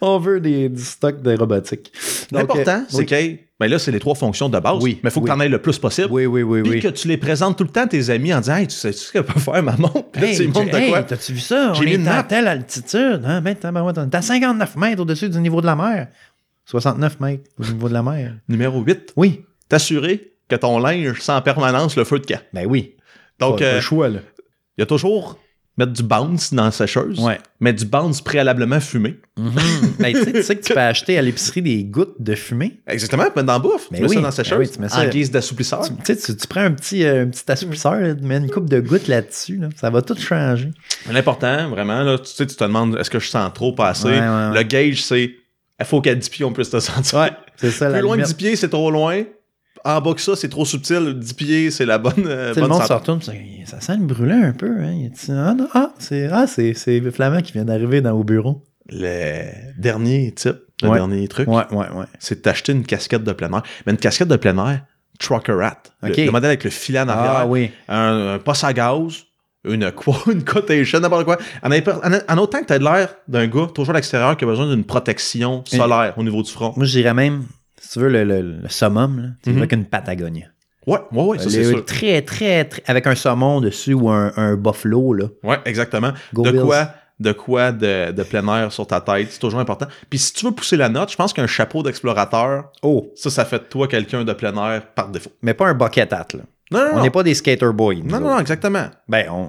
Speaker 1: on veut des, du stock de robotique. Donc,
Speaker 2: L'important,
Speaker 1: euh,
Speaker 2: c'est
Speaker 1: oui.
Speaker 2: que, ben là, c'est les trois fonctions de base.
Speaker 1: Oui,
Speaker 2: Mais il faut que
Speaker 1: oui.
Speaker 2: t'en aies le plus possible.
Speaker 1: Oui, oui, oui,
Speaker 2: Puis
Speaker 1: oui.
Speaker 2: que tu les présentes tout le temps à tes amis en disant, hey, tu sais ce que peut faire ma montre? Puis là,
Speaker 1: Hey,
Speaker 2: tu lui montres de
Speaker 1: hey,
Speaker 2: quoi?
Speaker 1: T'as-tu vu ça?
Speaker 2: J'ai
Speaker 1: On
Speaker 2: mis une
Speaker 1: est à
Speaker 2: map.
Speaker 1: telle altitude. Hein? Ben, tabarouette, on est à 59 mètres au-dessus du niveau de la mer. 69 mètres au niveau de la mer.
Speaker 2: Numéro 8,
Speaker 1: Oui.
Speaker 2: t'assurer que ton linge sent en permanence le feu de camp.
Speaker 1: Ben oui. Pas-
Speaker 2: Donc,
Speaker 1: pas
Speaker 2: euh,
Speaker 1: le choix, là.
Speaker 2: il y a toujours mettre du bounce dans la sécheuse,
Speaker 1: Ouais.
Speaker 2: mais du bounce préalablement fumé.
Speaker 1: Ben, tu sais- tu sais que tu peux acheter à l'épicerie des gouttes de fumée.
Speaker 2: Exactement, mettre dans la bouffe.
Speaker 1: Mais
Speaker 2: tu mets
Speaker 1: oui,
Speaker 2: ça dans la
Speaker 1: ben
Speaker 2: sécheuse
Speaker 1: oui, tu mets ça-
Speaker 2: en guise d'assouplisseur.
Speaker 1: Tu, tu sais, tu, tu prends un petit, euh, un petit assouplisseur, là, tu mets une coupe de gouttes là-dessus. là. Ça va tout changer.
Speaker 2: Mais L'important, vraiment, là, tu sais, tu te demandes est-ce que je sens trop pas assez.
Speaker 1: Ouais, ouais, ouais.
Speaker 2: Le gauge, c'est il faut qu'à 10 pieds, on puisse te sentir.
Speaker 1: C'est ça la
Speaker 2: Plus loin que
Speaker 1: limite.
Speaker 2: 10 pieds, c'est trop loin. En bas que ça, c'est trop subtil. 10 pieds, c'est la bonne. euh,
Speaker 1: Tu sais, le
Speaker 2: bonne
Speaker 1: monde se
Speaker 2: santé.
Speaker 1: retourne, puis ça ça sent le brûlant un peu. Hein. Il y a- tu- Ah, non, ah, c'est ah, c'est- c'est Flamand qui vient d'arriver dans au bureau.
Speaker 2: Le dernier type, le
Speaker 1: Ouais.
Speaker 2: dernier truc,
Speaker 1: Ouais, ouais, ouais.
Speaker 2: c'est d'acheter une casquette de plein air. Mais une casquette de plein air, Trucker Hat. Le-
Speaker 1: Ok.
Speaker 2: Le, modèle avec le filet en arrière.
Speaker 1: Ah oui.
Speaker 2: un, un poste à gaz, une quoi, une cotation, n'importe quoi. En, impor- en- en autant que tu as l'air d'un gars toujours à l'extérieur qui a besoin d'une protection solaire au niveau du front.
Speaker 1: Moi, je dirais même, si tu veux, le, le- le summum, là, c'est
Speaker 2: Mhm.
Speaker 1: avec une Patagonia.
Speaker 2: Ouais, ouais, ouais, ça
Speaker 1: Ben, Les-
Speaker 2: c'est sûr.
Speaker 1: très, très, très- avec un saumon dessus ou un, un buffalo, là.
Speaker 2: Ouais, exactement.
Speaker 1: Go
Speaker 2: de
Speaker 1: Bills.
Speaker 2: quoi de quoi de, de plein air sur ta tête, c'est toujours important. Puis si tu veux pousser la note, je pense qu'un chapeau d'explorateur,
Speaker 1: Oh,
Speaker 2: ça, ça fait de toi quelqu'un de plein air par défaut.
Speaker 1: mais pas un bucket hat, là.
Speaker 2: Non, non,
Speaker 1: On
Speaker 2: non.
Speaker 1: n'est pas des skater boys. nous
Speaker 2: non, non,
Speaker 1: autres.
Speaker 2: non, exactement.
Speaker 1: Ben, on...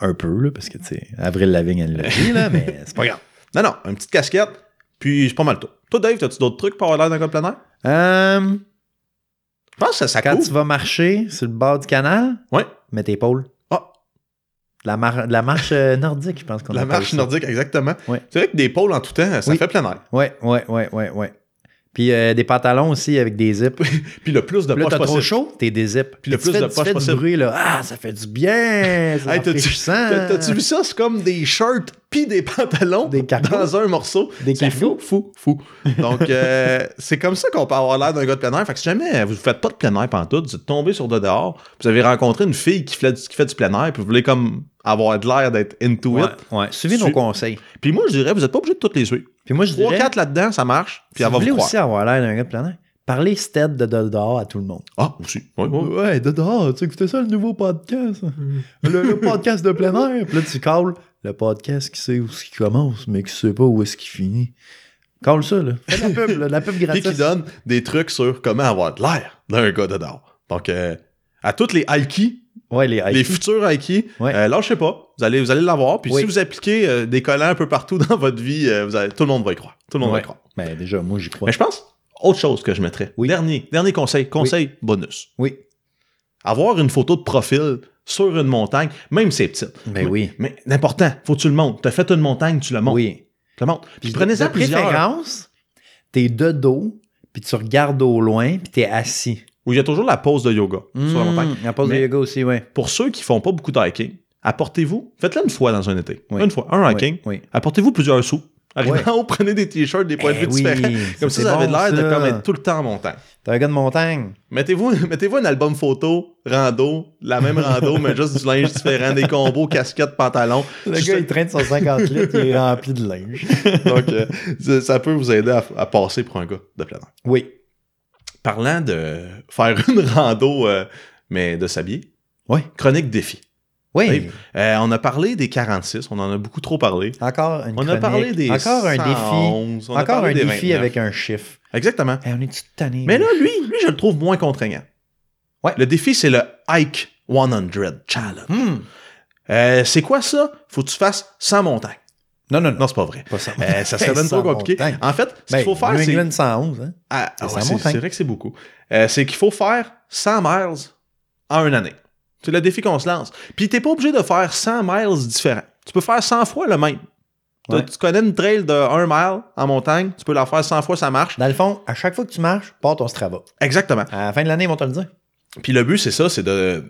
Speaker 1: un peu, là, parce que, tu sais, Avril Lavigne, elle l'a dit, là, mais c'est pas grave.
Speaker 2: Non, non, une petite casquette, puis c'est pas mal tout. Toi, Dave, as-tu d'autres trucs pour avoir l'air d'un gars de plein air?
Speaker 1: Euh,
Speaker 2: Je pense que ça, ça
Speaker 1: quand
Speaker 2: couvre.
Speaker 1: tu vas marcher sur le bord du canal,
Speaker 2: Ouais.
Speaker 1: mets tes pôles.
Speaker 2: Ah.
Speaker 1: De La, mar- de la marche euh, nordique, je pense qu'on
Speaker 2: La
Speaker 1: appelle
Speaker 2: marche
Speaker 1: ça.
Speaker 2: nordique, exactement.
Speaker 1: Ouais.
Speaker 2: C'est vrai que des pôles en tout temps, ça
Speaker 1: Oui.
Speaker 2: fait plein air.
Speaker 1: Ouais, ouais, ouais, ouais, ouais. Puis euh, des pantalons aussi avec des zips.
Speaker 2: Puis le plus de
Speaker 1: Puis là,
Speaker 2: poches
Speaker 1: t'as trop
Speaker 2: possible.
Speaker 1: chaud, t'es des zips.
Speaker 2: Puis le
Speaker 1: tu
Speaker 2: plus
Speaker 1: fais-
Speaker 2: de
Speaker 1: tu
Speaker 2: poches
Speaker 1: fais
Speaker 2: possible.
Speaker 1: du bruit, là. Ah, ça fait du bien. C'est
Speaker 2: Hey, t'as-tu-
Speaker 1: rafraîchissant.
Speaker 2: T'as- T'as-tu vu ça? C'est comme des shirts puis des pantalons
Speaker 1: Des cargos.
Speaker 2: dans un morceau.
Speaker 1: Des
Speaker 2: C'est
Speaker 1: cargos.
Speaker 2: fou, fou, fou. Donc, euh, c'est comme ça qu'on peut avoir l'air d'un gars de plein air. Fait que si jamais vous faites pas de plein air pantoute, vous êtes tombé sur de dehors, vous avez rencontré une fille qui fait, du- qui fait du plein air, puis vous voulez comme avoir de l'air d'être into
Speaker 1: Ouais,
Speaker 2: it.
Speaker 1: ouais. Suivez nos
Speaker 2: Su-
Speaker 1: conseils.
Speaker 2: Puis moi, je dirais, vous n'êtes pas obligé de toutes les suivre.
Speaker 1: Puis moi, je dirais,
Speaker 2: 3-4 là-dedans, ça marche,
Speaker 1: si
Speaker 2: puis elle
Speaker 1: vous
Speaker 2: va vous
Speaker 1: voulez
Speaker 2: croire.
Speaker 1: aussi avoir l'air d'un gars de plein air, parlez stead de de- dehors à tout le monde.
Speaker 2: Ah, aussi. Oui, oui.
Speaker 1: Ouais, de dehors, tu écoutais ça, le nouveau podcast? Le, le podcast de plein air. Puis là, tu calls le podcast qui sait où est-ce qu'il commence, mais qui sait pas où est-ce qu'il finit. Call ça, là. Fais de la pub, là, de la pub
Speaker 2: Puis
Speaker 1: gratuite.
Speaker 2: qui donne des trucs sur comment avoir de l'air d'un gars de dehors. Donc, euh, à toutes les Aiki,
Speaker 1: Ouais, les,
Speaker 2: les futurs Aiki,
Speaker 1: Ouais.
Speaker 2: euh, lâchez pas, vous allez, vous allez l'avoir. Puis
Speaker 1: Oui.
Speaker 2: si vous appliquez euh, des collants un peu partout dans votre vie, euh, vous allez- tout le monde va y croire. Tout le monde va
Speaker 1: Ouais.
Speaker 2: y croire.
Speaker 1: Ben, déjà, moi, j'y crois.
Speaker 2: Mais je pense, autre chose que je mettrais.
Speaker 1: Oui.
Speaker 2: Dernier, dernier conseil, conseil bonus.
Speaker 1: Oui.
Speaker 2: Avoir une photo de profil sur une montagne, même si c'est petit.
Speaker 1: Ben oui.
Speaker 2: Mais l'important, faut que tu le montes. T'as fait une montagne, tu la montes.
Speaker 1: Oui.
Speaker 2: Tu la montes. Puis
Speaker 1: Puis
Speaker 2: prenez-en
Speaker 1: de
Speaker 2: plusieurs.
Speaker 1: préférence, t'es de dos, puis tu regardes au loin, puis t'es assis.
Speaker 2: Où il y a toujours la pose de yoga sur la montagne.
Speaker 1: La pause de
Speaker 2: Mmh. Mais-
Speaker 1: yoga aussi, ouais.
Speaker 2: pour ceux qui font pas beaucoup de hiking, apportez-vous, faites-le une fois dans un été.
Speaker 1: Oui.
Speaker 2: Une fois, un hiking,
Speaker 1: Oui.
Speaker 2: apportez-vous plusieurs sous. Arrivez
Speaker 1: Ouais.
Speaker 2: en haut, prenez des t-shirts, des points de
Speaker 1: Eh
Speaker 2: vue différents. Comme ça,
Speaker 1: c'est
Speaker 2: vous avez
Speaker 1: bon,
Speaker 2: l'air de
Speaker 1: ça.
Speaker 2: comme être tout le temps en montant.
Speaker 1: T'es un gars de montagne.
Speaker 2: Mettez-vous mettez un album photo, rando, la même rando, mais juste du linge différent, des combos, casquettes, pantalons.
Speaker 1: Le
Speaker 2: Juste-
Speaker 1: gars, il traîne son 50 litres, il est rempli de linge.
Speaker 2: Donc, euh, ça- ça peut vous aider à, à passer pour un gars de plein air.
Speaker 1: Oui.
Speaker 2: Parlant de faire une rando, euh, mais de s'habiller.
Speaker 1: Ouais.
Speaker 2: Chronique défi.
Speaker 1: Oui.
Speaker 2: Oui. Euh, on a parlé des 46, on en a beaucoup trop parlé.
Speaker 1: Encore une
Speaker 2: On a
Speaker 1: chronique.
Speaker 2: parlé des
Speaker 1: Encore un défi.
Speaker 2: 111, on a
Speaker 1: Encore
Speaker 2: parlé
Speaker 1: un
Speaker 2: des
Speaker 1: défi
Speaker 2: 29.
Speaker 1: avec un chiffre.
Speaker 2: Exactement.
Speaker 1: Eh, on est tout tanné.
Speaker 2: Mais là, lui, lui, je le trouve moins contraignant.
Speaker 1: Ouais.
Speaker 2: Le défi, c'est le Hike 100 Challenge.
Speaker 1: Hmm.
Speaker 2: Euh, c'est quoi ça? Faut que tu fasses 100 montagnes.
Speaker 1: Non, non, non.
Speaker 2: Non, c'est pas vrai.
Speaker 1: Pas ça.
Speaker 2: Euh, ça serait même trop compliqué. En fait, ce qu'il faut faire, c'est...
Speaker 1: Ben, England 111, hein?
Speaker 2: Ah,
Speaker 1: c'est
Speaker 2: ouais,
Speaker 1: cent
Speaker 2: c'est
Speaker 1: montagnes.
Speaker 2: c'est vrai que c'est beaucoup. Euh, c'est qu'il faut faire 100 miles en une année. C'est le défi qu'on se lance. Puis t'es pas obligé de faire 100 miles différents. Tu peux faire 100 fois le même. T'as-
Speaker 1: Ouais.
Speaker 2: Tu connais une trail de 1 mile en montagne, tu peux la faire 100 fois, ça marche.
Speaker 1: Dans le fond, à chaque fois que tu marches, pars ton Strava.
Speaker 2: Exactement.
Speaker 1: À la fin de l'année, ils vont te le dire.
Speaker 2: Puis le but, c'est ça, c'est de.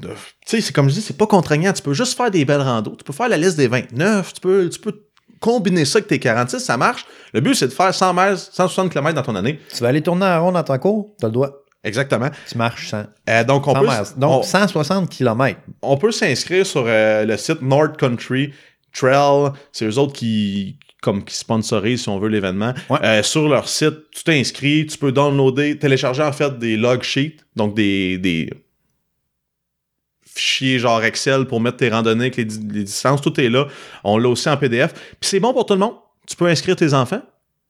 Speaker 2: de- tu sais, c'est comme je dis, c'est pas contraignant. Tu peux juste faire des belles randos. Tu peux faire la liste des 29. Tu peux, tu peux combiner ça avec tes 46, ça marche. Le but, c'est de faire 100 miles, 160 km dans ton année.
Speaker 1: Tu vas aller tourner en rond dans ton cours, t'as le doigt.
Speaker 2: Exactement.
Speaker 1: Tu marches 100.
Speaker 2: Euh, donc, on
Speaker 1: 100
Speaker 2: peut,
Speaker 1: miles. Donc,
Speaker 2: on-
Speaker 1: 160 km.
Speaker 2: on peut s'inscrire sur euh, le site North Country Trail. C'est eux autres qui comme qui sponsorisent, si on veut, l'événement.
Speaker 1: Ouais.
Speaker 2: Euh, sur leur site, tu t'inscris, tu peux downloader, télécharger en fait des log sheets, donc des, des fichiers genre Excel pour mettre tes randonnées avec les, di- les distances, tout est là. On l'a aussi en PDF. Puis c'est bon pour tout le monde. Tu peux inscrire tes enfants,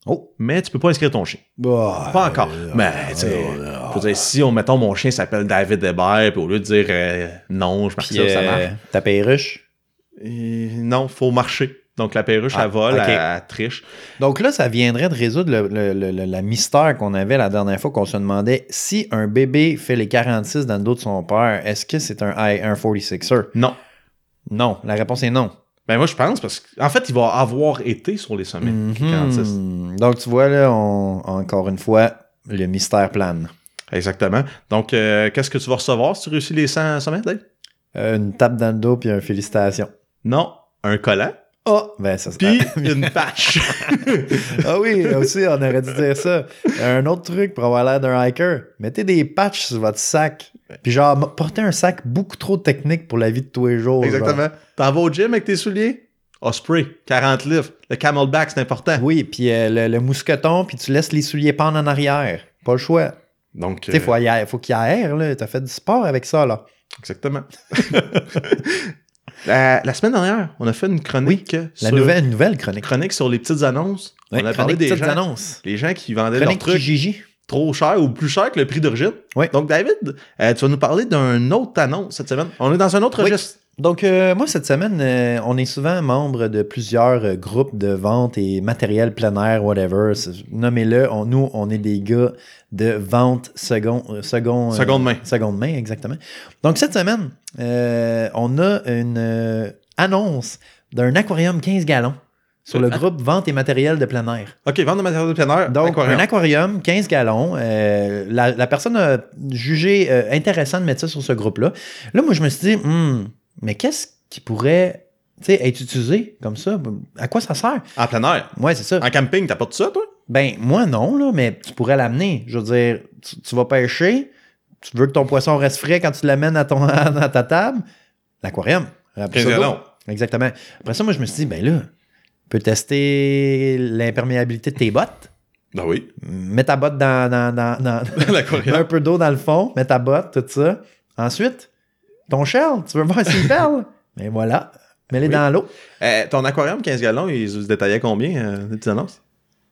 Speaker 1: Oh.
Speaker 2: mais tu peux pas inscrire ton chien.
Speaker 1: Ah,
Speaker 2: Pas encore. Mais, tu sais, Je veux dire, si, on, mettons, mon chien s'appelle David Hébert, puis au lieu de dire euh, non, je marque
Speaker 1: Puis,
Speaker 2: ça, ça
Speaker 1: euh,
Speaker 2: marche.
Speaker 1: ta perruche.
Speaker 2: Euh, non, faut marcher. Donc la perruche,
Speaker 1: Ah,
Speaker 2: elle vole,
Speaker 1: ok.
Speaker 2: elle, elle triche.
Speaker 1: Donc là, ça viendrait de résoudre le, le- le- le- la mystère qu'on avait la dernière fois qu'on se demandait si un bébé fait les 46 dans le dos de son père, est-ce que c'est un, I- un 46er?
Speaker 2: Non.
Speaker 1: Non, la réponse est non.
Speaker 2: Ben moi, je pense, parce qu'en fait, il va avoir été sur les sommets.
Speaker 1: Mhm.
Speaker 2: 46.
Speaker 1: Donc tu vois, là, on- encore une fois, le mystère plane.
Speaker 2: Exactement. Donc, euh, qu'est-ce que tu vas recevoir si tu réussis les 100 sommets, Dave?
Speaker 1: Euh, une tape dans le dos puis un félicitation.
Speaker 2: Non, un collant,
Speaker 1: Ah! Ben, ça, c'est-
Speaker 2: puis une patch.
Speaker 1: Ah oui, aussi, on aurait dû dire ça. Un autre truc pour avoir l'air d'un hiker, mettez des patchs sur votre sac. Puis genre, m- portez un sac beaucoup trop technique pour la vie de tous les jours. genre.
Speaker 2: Exactement. T'en vas au gym avec tes souliers? Osprey, 40 livres. Le camelback, c'est important.
Speaker 1: Oui, puis euh, le, le mousqueton, puis tu laisses les souliers pendre en arrière. Pas le choix.
Speaker 2: Donc,
Speaker 1: Tu sais,
Speaker 2: euh,
Speaker 1: faut, aller- faut qu'il aère, là. T'as fait du sport avec ça, là.
Speaker 2: exactement. la, la semaine dernière, on a fait une chronique,
Speaker 1: La
Speaker 2: sur,
Speaker 1: nouvelle, une nouvelle chronique.
Speaker 2: chronique sur les petites annonces.
Speaker 1: Ouais,
Speaker 2: on a parlé
Speaker 1: chronique
Speaker 2: des
Speaker 1: petites
Speaker 2: gens,
Speaker 1: annonces.
Speaker 2: les gens qui vendaient leurs
Speaker 1: Chronique
Speaker 2: trucs.
Speaker 1: Kijiji.
Speaker 2: trop cher ou plus cher que le prix d'origine.
Speaker 1: Oui.
Speaker 2: Donc, David, euh, tu vas nous parler d'une autre annonce cette semaine. On est dans un autre
Speaker 1: Oui.
Speaker 2: registre.
Speaker 1: Donc, euh, moi, cette semaine, euh, on est souvent membre de plusieurs euh, groupes de vente et matériel plein air, whatever. C'est- Nommez-le. On- nous, on est des gars de vente second, euh, second, euh,
Speaker 2: Seconde main.
Speaker 1: seconde main, exactement. Donc, cette semaine, euh, on a une euh, annonce d'un aquarium 15 gallons sur le
Speaker 2: Ah.
Speaker 1: groupe vente et matériel de plein air.
Speaker 2: OK, vendre de matériel de plein air.
Speaker 1: Donc,
Speaker 2: Euh, aquarium.
Speaker 1: un aquarium, 15 gallons. euh, la, la personne a jugé euh, intéressant de mettre ça sur ce groupe-là. Là, moi, je me suis dit, Hmm, mais qu'est-ce qui pourrait tu sais, être utilisé comme ça, à quoi ça sert?
Speaker 2: En Ah, plein air.
Speaker 1: Ouais, c'est ça.
Speaker 2: En camping, t'as pas de ça, toi?
Speaker 1: Ben, moi, non, là, mais tu pourrais l'amener. Je veux dire, tu, tu vas pêcher, tu veux que ton poisson reste frais quand tu l'amènes à, ton, à ta table. L'aquarium. Remplis ça d'eau.
Speaker 2: Président.
Speaker 1: Exactement. Après ça, moi, je me suis dit, ben là, tu peux tester l'imperméabilité de tes bottes.
Speaker 2: Ben oui.
Speaker 1: Mets ta botte dans, dans- dans- dans- mets
Speaker 2: L'aquarium.
Speaker 1: un peu d'eau dans le fond, mets ta botte, tout ça. Ensuite, ton shell, tu veux voir s'il perle? Mais voilà, mets-les
Speaker 2: Oui.
Speaker 1: dans l'eau.
Speaker 2: Euh, ton aquarium 15 gallons, il se détaillait combien, euh, les petites annonces?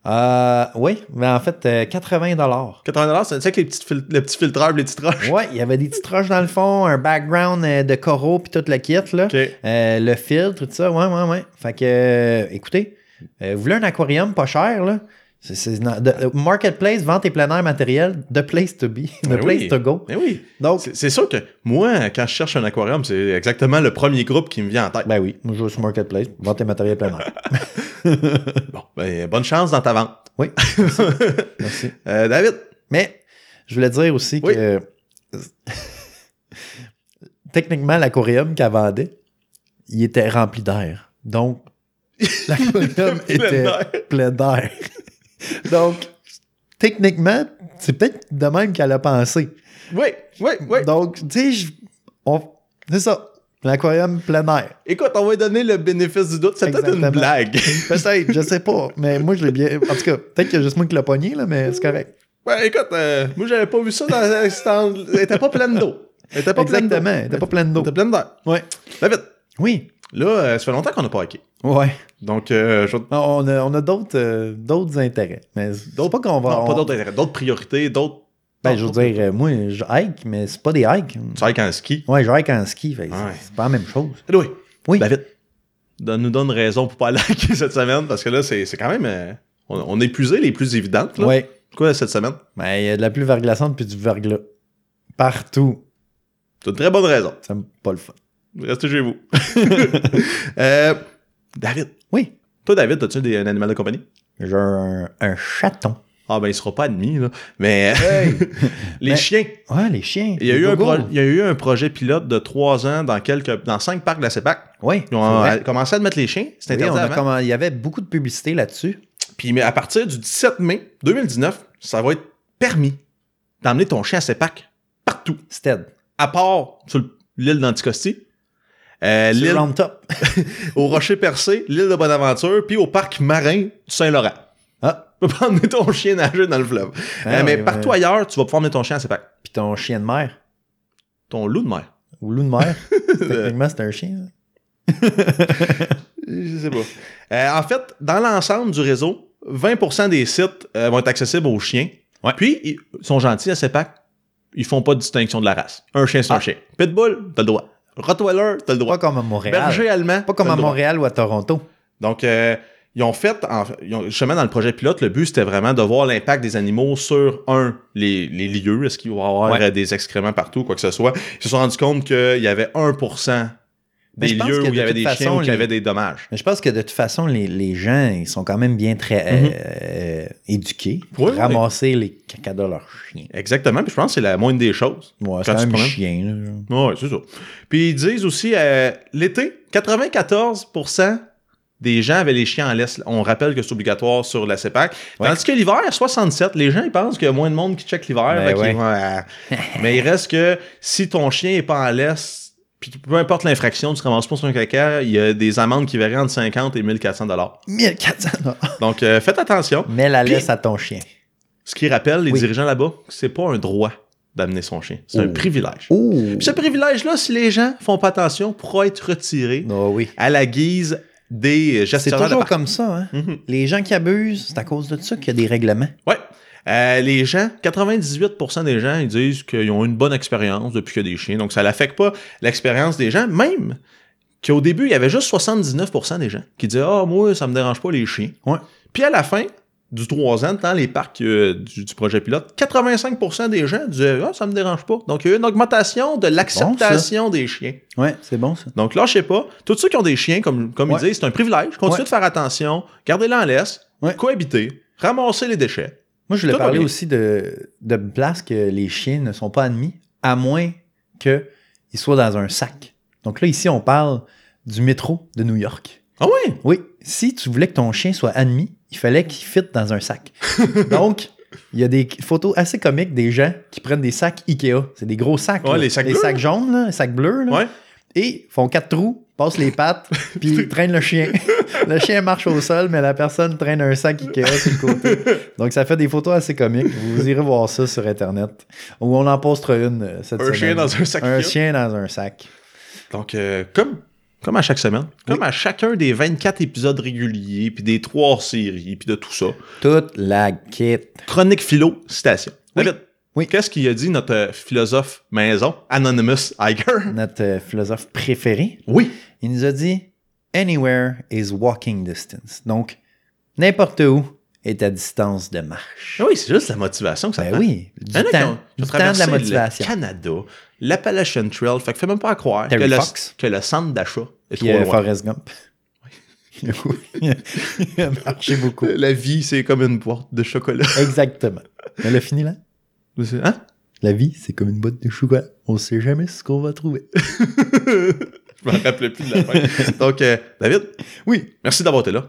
Speaker 1: Euh, oui, mais en fait, euh, 80 dollars.
Speaker 2: 80 c'est tu sais, avec les petites fil- le petit filtreur et les petites roches.
Speaker 1: Ouais, il y avait des petites roches dans le fond, un background euh, de coraux puis tout le kit, là.
Speaker 2: OK.
Speaker 1: Euh, le filtre, tout ça, ouais, ouais, ouais. Fait que, euh, écoutez, euh, vous voulez un aquarium pas cher, là? C'est, c'est dans- de- euh, marketplace, vente et plein air matériel, the place to be, the
Speaker 2: Ben
Speaker 1: place
Speaker 2: oui.
Speaker 1: to go.
Speaker 2: Mais oui.
Speaker 1: Donc,
Speaker 2: C'est c'est sûr que moi, quand je cherche un aquarium, c'est exactement le premier groupe qui me vient en tête.
Speaker 1: ben oui, moi je joue sur marketplace, vente et matériel plein air.
Speaker 2: Bon, ben, bonne chance dans ta vente.
Speaker 1: Oui. Merci.
Speaker 2: Euh, David,
Speaker 1: Mais je voulais dire aussi
Speaker 2: Oui.
Speaker 1: que techniquement, l'aquarium qu'elle vendait, il était rempli d'air. Donc, l'aquarium
Speaker 2: plein
Speaker 1: était
Speaker 2: d'air.
Speaker 1: plein d'air. Donc, techniquement, c'est peut-être de même qu'elle a pensé.
Speaker 2: Oui, oui, oui.
Speaker 1: Donc, tu sais, je- on- c'est ça. L'aquarium plein air.
Speaker 2: Écoute, on va lui donner le bénéfice du doute. C'est peut-être une
Speaker 1: Exactement.
Speaker 2: blague.
Speaker 1: Peut-être, je sais pas. Mais moi, je l'ai bien. En tout cas, peut-être qu'il y a juste moi qui l'ai pogné, là, mais c'est correct.
Speaker 2: Ouais, écoute, euh, moi, j'avais pas vu ça. Dans, euh, c'était en- elle était pas pleine d'eau. Elle était pas pleine d'eau.
Speaker 1: Exactement. T'es pas plein
Speaker 2: Elle
Speaker 1: d'eau.
Speaker 2: était pleine d'air.
Speaker 1: Ouais.
Speaker 2: David,
Speaker 1: Oui.
Speaker 2: là, euh, ça fait longtemps qu'on n'a pas hacké.
Speaker 1: Ouais.
Speaker 2: Donc, euh, je vais-
Speaker 1: Non, On a, on a d'autres, euh, d'autres intérêts. Mais d'autres pas qu'on va.
Speaker 2: non, pas
Speaker 1: on-
Speaker 2: d'autres intérêts, d'autres priorités, d'autres.
Speaker 1: Ben, je veux dire, euh, moi, je hike, mais c'est pas des hikes.
Speaker 2: Tu hikes en ski.
Speaker 1: Ouais, je hike en ski. fait que c'est-
Speaker 2: Ouais.
Speaker 1: C'est pas la même chose.
Speaker 2: Oui.
Speaker 1: Oui.
Speaker 2: David, donne- nous donne raison pour pas aller hacker cette semaine parce que là, c'est c'est quand même. euh, on, on a épuisé les plus évidentes. Là.
Speaker 1: ouais.
Speaker 2: Quoi, cette semaine?
Speaker 1: Ben, il y a de la pluie verglaçante puis du verglas. Partout.
Speaker 2: C'est une très bonne raison.
Speaker 1: C'est pas le fun.
Speaker 2: Restez chez vous. Euh, David,
Speaker 1: Oui.
Speaker 2: toi, David, as-tu des- un animal de compagnie?
Speaker 1: J'ai un, un chaton.
Speaker 2: Ah ben il sera pas admis là. Mais euh, les
Speaker 1: Mais-
Speaker 2: chiens.
Speaker 1: Ouais, les chiens.
Speaker 2: Il y, a
Speaker 1: les
Speaker 2: eu un
Speaker 1: gogos.
Speaker 2: pro- il y a eu un projet pilote de trois ans dans quelques dans cinq parcs de la CEPAC.
Speaker 1: Ouais.
Speaker 2: Ils ont
Speaker 1: c'est vrai.
Speaker 2: euh, commencé à admettre les chiens. C'était
Speaker 1: Oui, on
Speaker 2: interdit
Speaker 1: a
Speaker 2: avant.
Speaker 1: comment- il y avait beaucoup de publicité là-dessus.
Speaker 2: Puis mais à partir du 17 mai 2019, ça va être permis d'emmener ton chien à CEPAC partout.
Speaker 1: Stead.
Speaker 2: À part sur le- l'île d'Anticosti, euh,
Speaker 1: C'est
Speaker 2: l'île
Speaker 1: Round Top.
Speaker 2: au Rocher Percé, l'île de Bonaventure, puis au parc marin du Saint-Laurent.
Speaker 1: Ah.
Speaker 2: Tu peux pas emmener ton chien nager dans le fleuve. Euh, mais partout ailleurs, tu vas pouvoir emmener ton chien à CEPAC.
Speaker 1: Puis ton chien de mer.
Speaker 2: Ton loup de mer.
Speaker 1: Ou loup de mer. Techniquement, c'est un chien. hein.
Speaker 2: Je sais pas. Euh, en fait, dans l'ensemble du réseau, 20% des sites euh, vont être accessibles aux chiens. Puis, ils sont gentils à CEPAC. Ils font pas de distinction de la race. Un chien, c'est un
Speaker 1: Ah.
Speaker 2: chien. Pitbull, t'as le droit. Rottweiler, t'as le droit.
Speaker 1: Pas comme à Montréal.
Speaker 2: Berger allemand.
Speaker 1: Pas comme
Speaker 2: t'as
Speaker 1: à
Speaker 2: le droit.
Speaker 1: Montréal ou à Toronto.
Speaker 2: Donc, euh, ils ont fait, en- ils ont- justement, dans le projet pilote, le but, c'était vraiment de voir l'impact des animaux sur, un, les, les lieux. Est-ce qu'il va y avoir
Speaker 1: Ouais.
Speaker 2: euh, des excréments partout, quoi que ce soit. Ils se sont rendus compte qu'il y avait 1%
Speaker 1: Mais
Speaker 2: des
Speaker 1: Ben, je pense
Speaker 2: lieux
Speaker 1: que
Speaker 2: où il
Speaker 1: de
Speaker 2: y avait
Speaker 1: toute
Speaker 2: des
Speaker 1: façon,
Speaker 2: chiens ou qu'il y
Speaker 1: les-
Speaker 2: avait des dommages.
Speaker 1: Mais je pense que de toute façon, les, les gens, ils sont quand même bien très euh, euh, éduqués pour
Speaker 2: Oui, oui.
Speaker 1: ramasser les caca de leurs chiens.
Speaker 2: Exactement, puis je pense que c'est la moindre des choses.
Speaker 1: Ouais, c'est
Speaker 2: Quand
Speaker 1: quand
Speaker 2: tu
Speaker 1: même
Speaker 2: promènes.
Speaker 1: chien. là.
Speaker 2: Ouais, c'est ça. Puis ils disent aussi, euh, l'été, 94% des gens avaient les chiens en laisse. On rappelle que c'est obligatoire sur la CEPAC.
Speaker 1: Ouais.
Speaker 2: Tandis que l'hiver, 67, les gens, ils pensent qu'il y a moins de monde qui check l'hiver.
Speaker 1: Ben
Speaker 2: fait qu'ils
Speaker 1: ouais.
Speaker 2: vont, euh, Mais il reste que si ton chien est pas en laisse, puis peu importe l'infraction, tu te ramasses pas sur un caca, il y a des amendes qui varient entre 50 et 1400 dollars.
Speaker 1: 1400
Speaker 2: Donc, euh, faites attention.
Speaker 1: Mets la
Speaker 2: Puis-
Speaker 1: laisse à ton chien.
Speaker 2: Ce qui rappelle les
Speaker 1: Oui.
Speaker 2: dirigeants là-bas que c'est pas un droit d'amener son chien. C'est un
Speaker 1: Oh.
Speaker 2: privilège.
Speaker 1: Ouh!
Speaker 2: Puis ce privilège-là, si les gens font pas attention, pourra être retiré
Speaker 1: Oh oui.
Speaker 2: à la guise des
Speaker 1: C'est
Speaker 2: gestionnaires de
Speaker 1: toujours
Speaker 2: parc.
Speaker 1: comme ça. Hein?
Speaker 2: Mhm.
Speaker 1: Les gens qui abusent, c'est à cause de ça qu'il y a des règlements.
Speaker 2: Ouais. Euh, les gens, 98% des gens, ils disent qu'ils ont une bonne expérience depuis qu'il y a des chiens. Donc, ça n'affecte pas l'expérience des gens, même qu'au début, il y avait juste 79% des gens qui disaient « Ah, moi, ça me dérange pas les chiens.
Speaker 1: Ouais.
Speaker 2: Puis à la fin du 3 ans, dans les parcs euh, du, du projet pilote, 85% des gens disaient « Ah, ça me dérange pas. » Donc, il y a eu une augmentation de l'acceptation des chiens.
Speaker 1: Ouais, c'est bon ça.
Speaker 2: Donc lâchez pas. Tous ceux qui ont des chiens, comme, comme
Speaker 1: Ouais.
Speaker 2: ils disent, c'est un privilège. Continuez
Speaker 1: Ouais.
Speaker 2: de faire attention. Gardez-les en laisse.
Speaker 1: Ouais.
Speaker 2: Cohabitez. Ramassez les déchets.
Speaker 1: Moi, je voulais
Speaker 2: Tout va
Speaker 1: parler
Speaker 2: bien.
Speaker 1: aussi de, de places que les chiens ne sont pas admis, à moins qu'ils soient dans un sac. Donc là, ici, on parle du métro de New York.
Speaker 2: Ah oui?
Speaker 1: Oui, si tu voulais que ton chien soit admis, il fallait qu'il fitte dans un sac. Donc, il y a des photos assez comiques des gens qui prennent des sacs Ikea. C'est des gros sacs.
Speaker 2: Ouais,
Speaker 1: là.
Speaker 2: les sacs
Speaker 1: des
Speaker 2: bleus,
Speaker 1: sacs jaunes, là, les sacs bleus. là.
Speaker 2: Ouais.
Speaker 1: Et font quatre trous, passent les pattes, puis traînent le chien. le chien marche au sol, mais la personne traîne un sac Ikea sur le côté. Donc, ça fait des photos assez comiques. Vous irez voir ça sur Internet. Ou on en postera une euh, cette
Speaker 2: Un chien
Speaker 1: semaine.
Speaker 2: dans un sac.
Speaker 1: un
Speaker 2: Ikea.
Speaker 1: chien dans un sac.
Speaker 2: Donc, euh, comme, comme à chaque semaine, comme à chacun des 24 épisodes réguliers, puis des trois séries, puis de tout ça,
Speaker 1: Toute la kit.
Speaker 2: Chronique philo, citation.
Speaker 1: Oui.
Speaker 2: David,
Speaker 1: Oui.
Speaker 2: qu'est-ce qu'il a dit notre euh, philosophe maison, Anonymous Iger?
Speaker 1: Notre euh, philosophe préféré,
Speaker 2: Oui.
Speaker 1: Il nous a dit Anywhere is walking distance. Donc, n'importe où est à distance de marche.
Speaker 2: Ah Oui, c'est juste la motivation que Ah
Speaker 1: Ben
Speaker 2: ça prend.
Speaker 1: oui, du
Speaker 2: Il y en a qui
Speaker 1: temps,
Speaker 2: ont-
Speaker 1: du
Speaker 2: qui
Speaker 1: temps de la
Speaker 2: ont traversé
Speaker 1: motivation.
Speaker 2: Le Canada, l'Appalachian Trail, fait que fais même pas à croire que
Speaker 1: Terry
Speaker 2: le,
Speaker 1: Fox.
Speaker 2: que le centre d'achat est
Speaker 1: Puis
Speaker 2: trop
Speaker 1: euh,
Speaker 2: loin.
Speaker 1: Forrest Gump. Il a marché beaucoup.
Speaker 2: La vie, c'est comme une boîte de chocolat.
Speaker 1: Exactement. Mais le fini là.
Speaker 2: Hein?
Speaker 1: La vie, c'est comme une boîte de chocolat. On sait jamais ce qu'on va trouver.
Speaker 2: Je me rappelais plus de la fin. Donc, euh, David,
Speaker 1: Oui.
Speaker 2: merci d'avoir été là,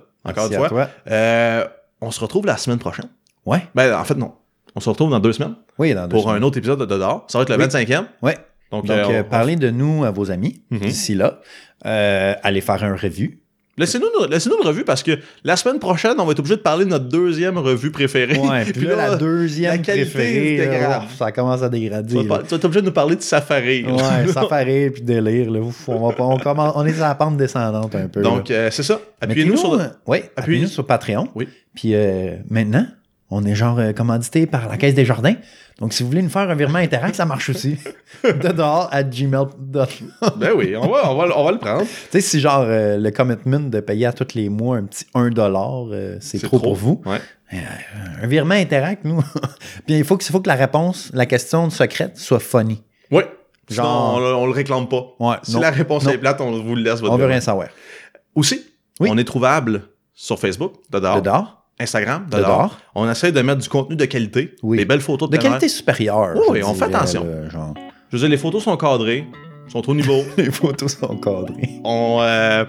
Speaker 1: Merci
Speaker 2: encore une
Speaker 1: à
Speaker 2: fois.
Speaker 1: toi.
Speaker 2: Euh, on se retrouve la semaine prochaine.
Speaker 1: Ouais.
Speaker 2: Ben, en fait, non. On se retrouve dans deux semaines
Speaker 1: Oui, dans deux
Speaker 2: pour un
Speaker 1: semaines.
Speaker 2: autre épisode de Dehors. Ça va être le
Speaker 1: Oui.
Speaker 2: 25e.
Speaker 1: Ouais.
Speaker 2: Donc,
Speaker 1: Donc,
Speaker 2: euh,
Speaker 1: euh,
Speaker 2: on-
Speaker 1: parlez de nous à vos amis
Speaker 2: Mhm.
Speaker 1: d'ici là. Euh, allez faire un review.
Speaker 2: Laissez-nous une, laissez-nous une revue parce que la semaine prochaine, on va être obligé de parler de notre deuxième revue préférée.
Speaker 1: Ouais, puis, là, la deuxième
Speaker 2: la qualité
Speaker 1: préférée, là,
Speaker 2: était grave.
Speaker 1: ouf, ça commence à dégrader.
Speaker 2: tu, vas,
Speaker 1: là.
Speaker 2: par- tu vas être obligé de nous parler de Safari. là.
Speaker 1: Ouais, ça fait rire puis délire. Là. Ouf, On, va pas, on, commence- on est à la pente descendante un peu.
Speaker 2: Donc,
Speaker 1: là.
Speaker 2: euh, c'est ça. Appuyez-nous sur.
Speaker 1: Mettez-nous, euh, ouais, appuyez-nous sur Patreon.
Speaker 2: Oui.
Speaker 1: Puis euh, maintenant, on est genre euh, commandité par la Caisse des Jardins. Donc, si vous voulez nous faire un virement Interact, ça marche aussi. de dehors à gmail.com. Tu
Speaker 2: Ben oui, on va, on va, le- on va le prendre.
Speaker 1: sais, si genre euh, le commitment de payer à tous les mois un petit 1$, euh, c'est trop, pour vous.
Speaker 2: Ouais.
Speaker 1: Un virement Interact, nous. puis il faut que, faut que la réponse, la question secrète soit funny.
Speaker 2: Ouais.
Speaker 1: Genre-
Speaker 2: Sinon, on, le- on le réclame pas.
Speaker 1: Ouais,
Speaker 2: Si
Speaker 1: non,
Speaker 2: la réponse
Speaker 1: Non.
Speaker 2: est plate, on vous le laisse. Votre
Speaker 1: on veut
Speaker 2: demande.
Speaker 1: rien savoir.
Speaker 2: Aussi,
Speaker 1: Oui.
Speaker 2: on est trouvable sur Facebook, de dehors,
Speaker 1: De dehors,
Speaker 2: Instagram, Ah. de
Speaker 1: de
Speaker 2: dehors.
Speaker 1: dehors.
Speaker 2: On essaie de mettre du contenu de qualité,
Speaker 1: Oui.
Speaker 2: des belles photos de,
Speaker 1: De qualité supérieure.
Speaker 2: Oui,
Speaker 1: je
Speaker 2: oui, on fait
Speaker 1: dirais,
Speaker 2: attention.
Speaker 1: là, genre,
Speaker 2: Je veux dire, les photos sont cadrées, sont au niveau.
Speaker 1: les photos sont cadrées.
Speaker 2: on, euh,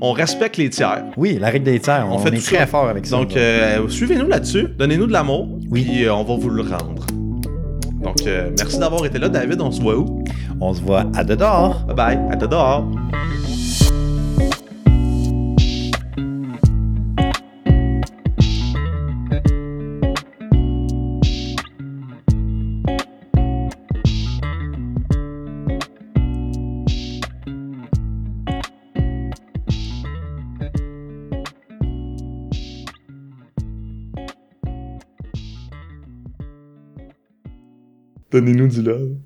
Speaker 2: on respecte les tiers.
Speaker 1: Oui, la règle des tiers, on,
Speaker 2: On fait
Speaker 1: est
Speaker 2: tout
Speaker 1: très
Speaker 2: ça.
Speaker 1: fort avec ça.
Speaker 2: Donc,
Speaker 1: là.
Speaker 2: euh, suivez-nous là-dessus, donnez-nous de l'amour,
Speaker 1: Oui.
Speaker 2: puis euh, on va vous le rendre. Donc, euh, merci d'avoir été là, David. On se voit où?
Speaker 1: on se voit à dehors.
Speaker 2: Bye bye, à dehors! Tá Donnez-nous du love.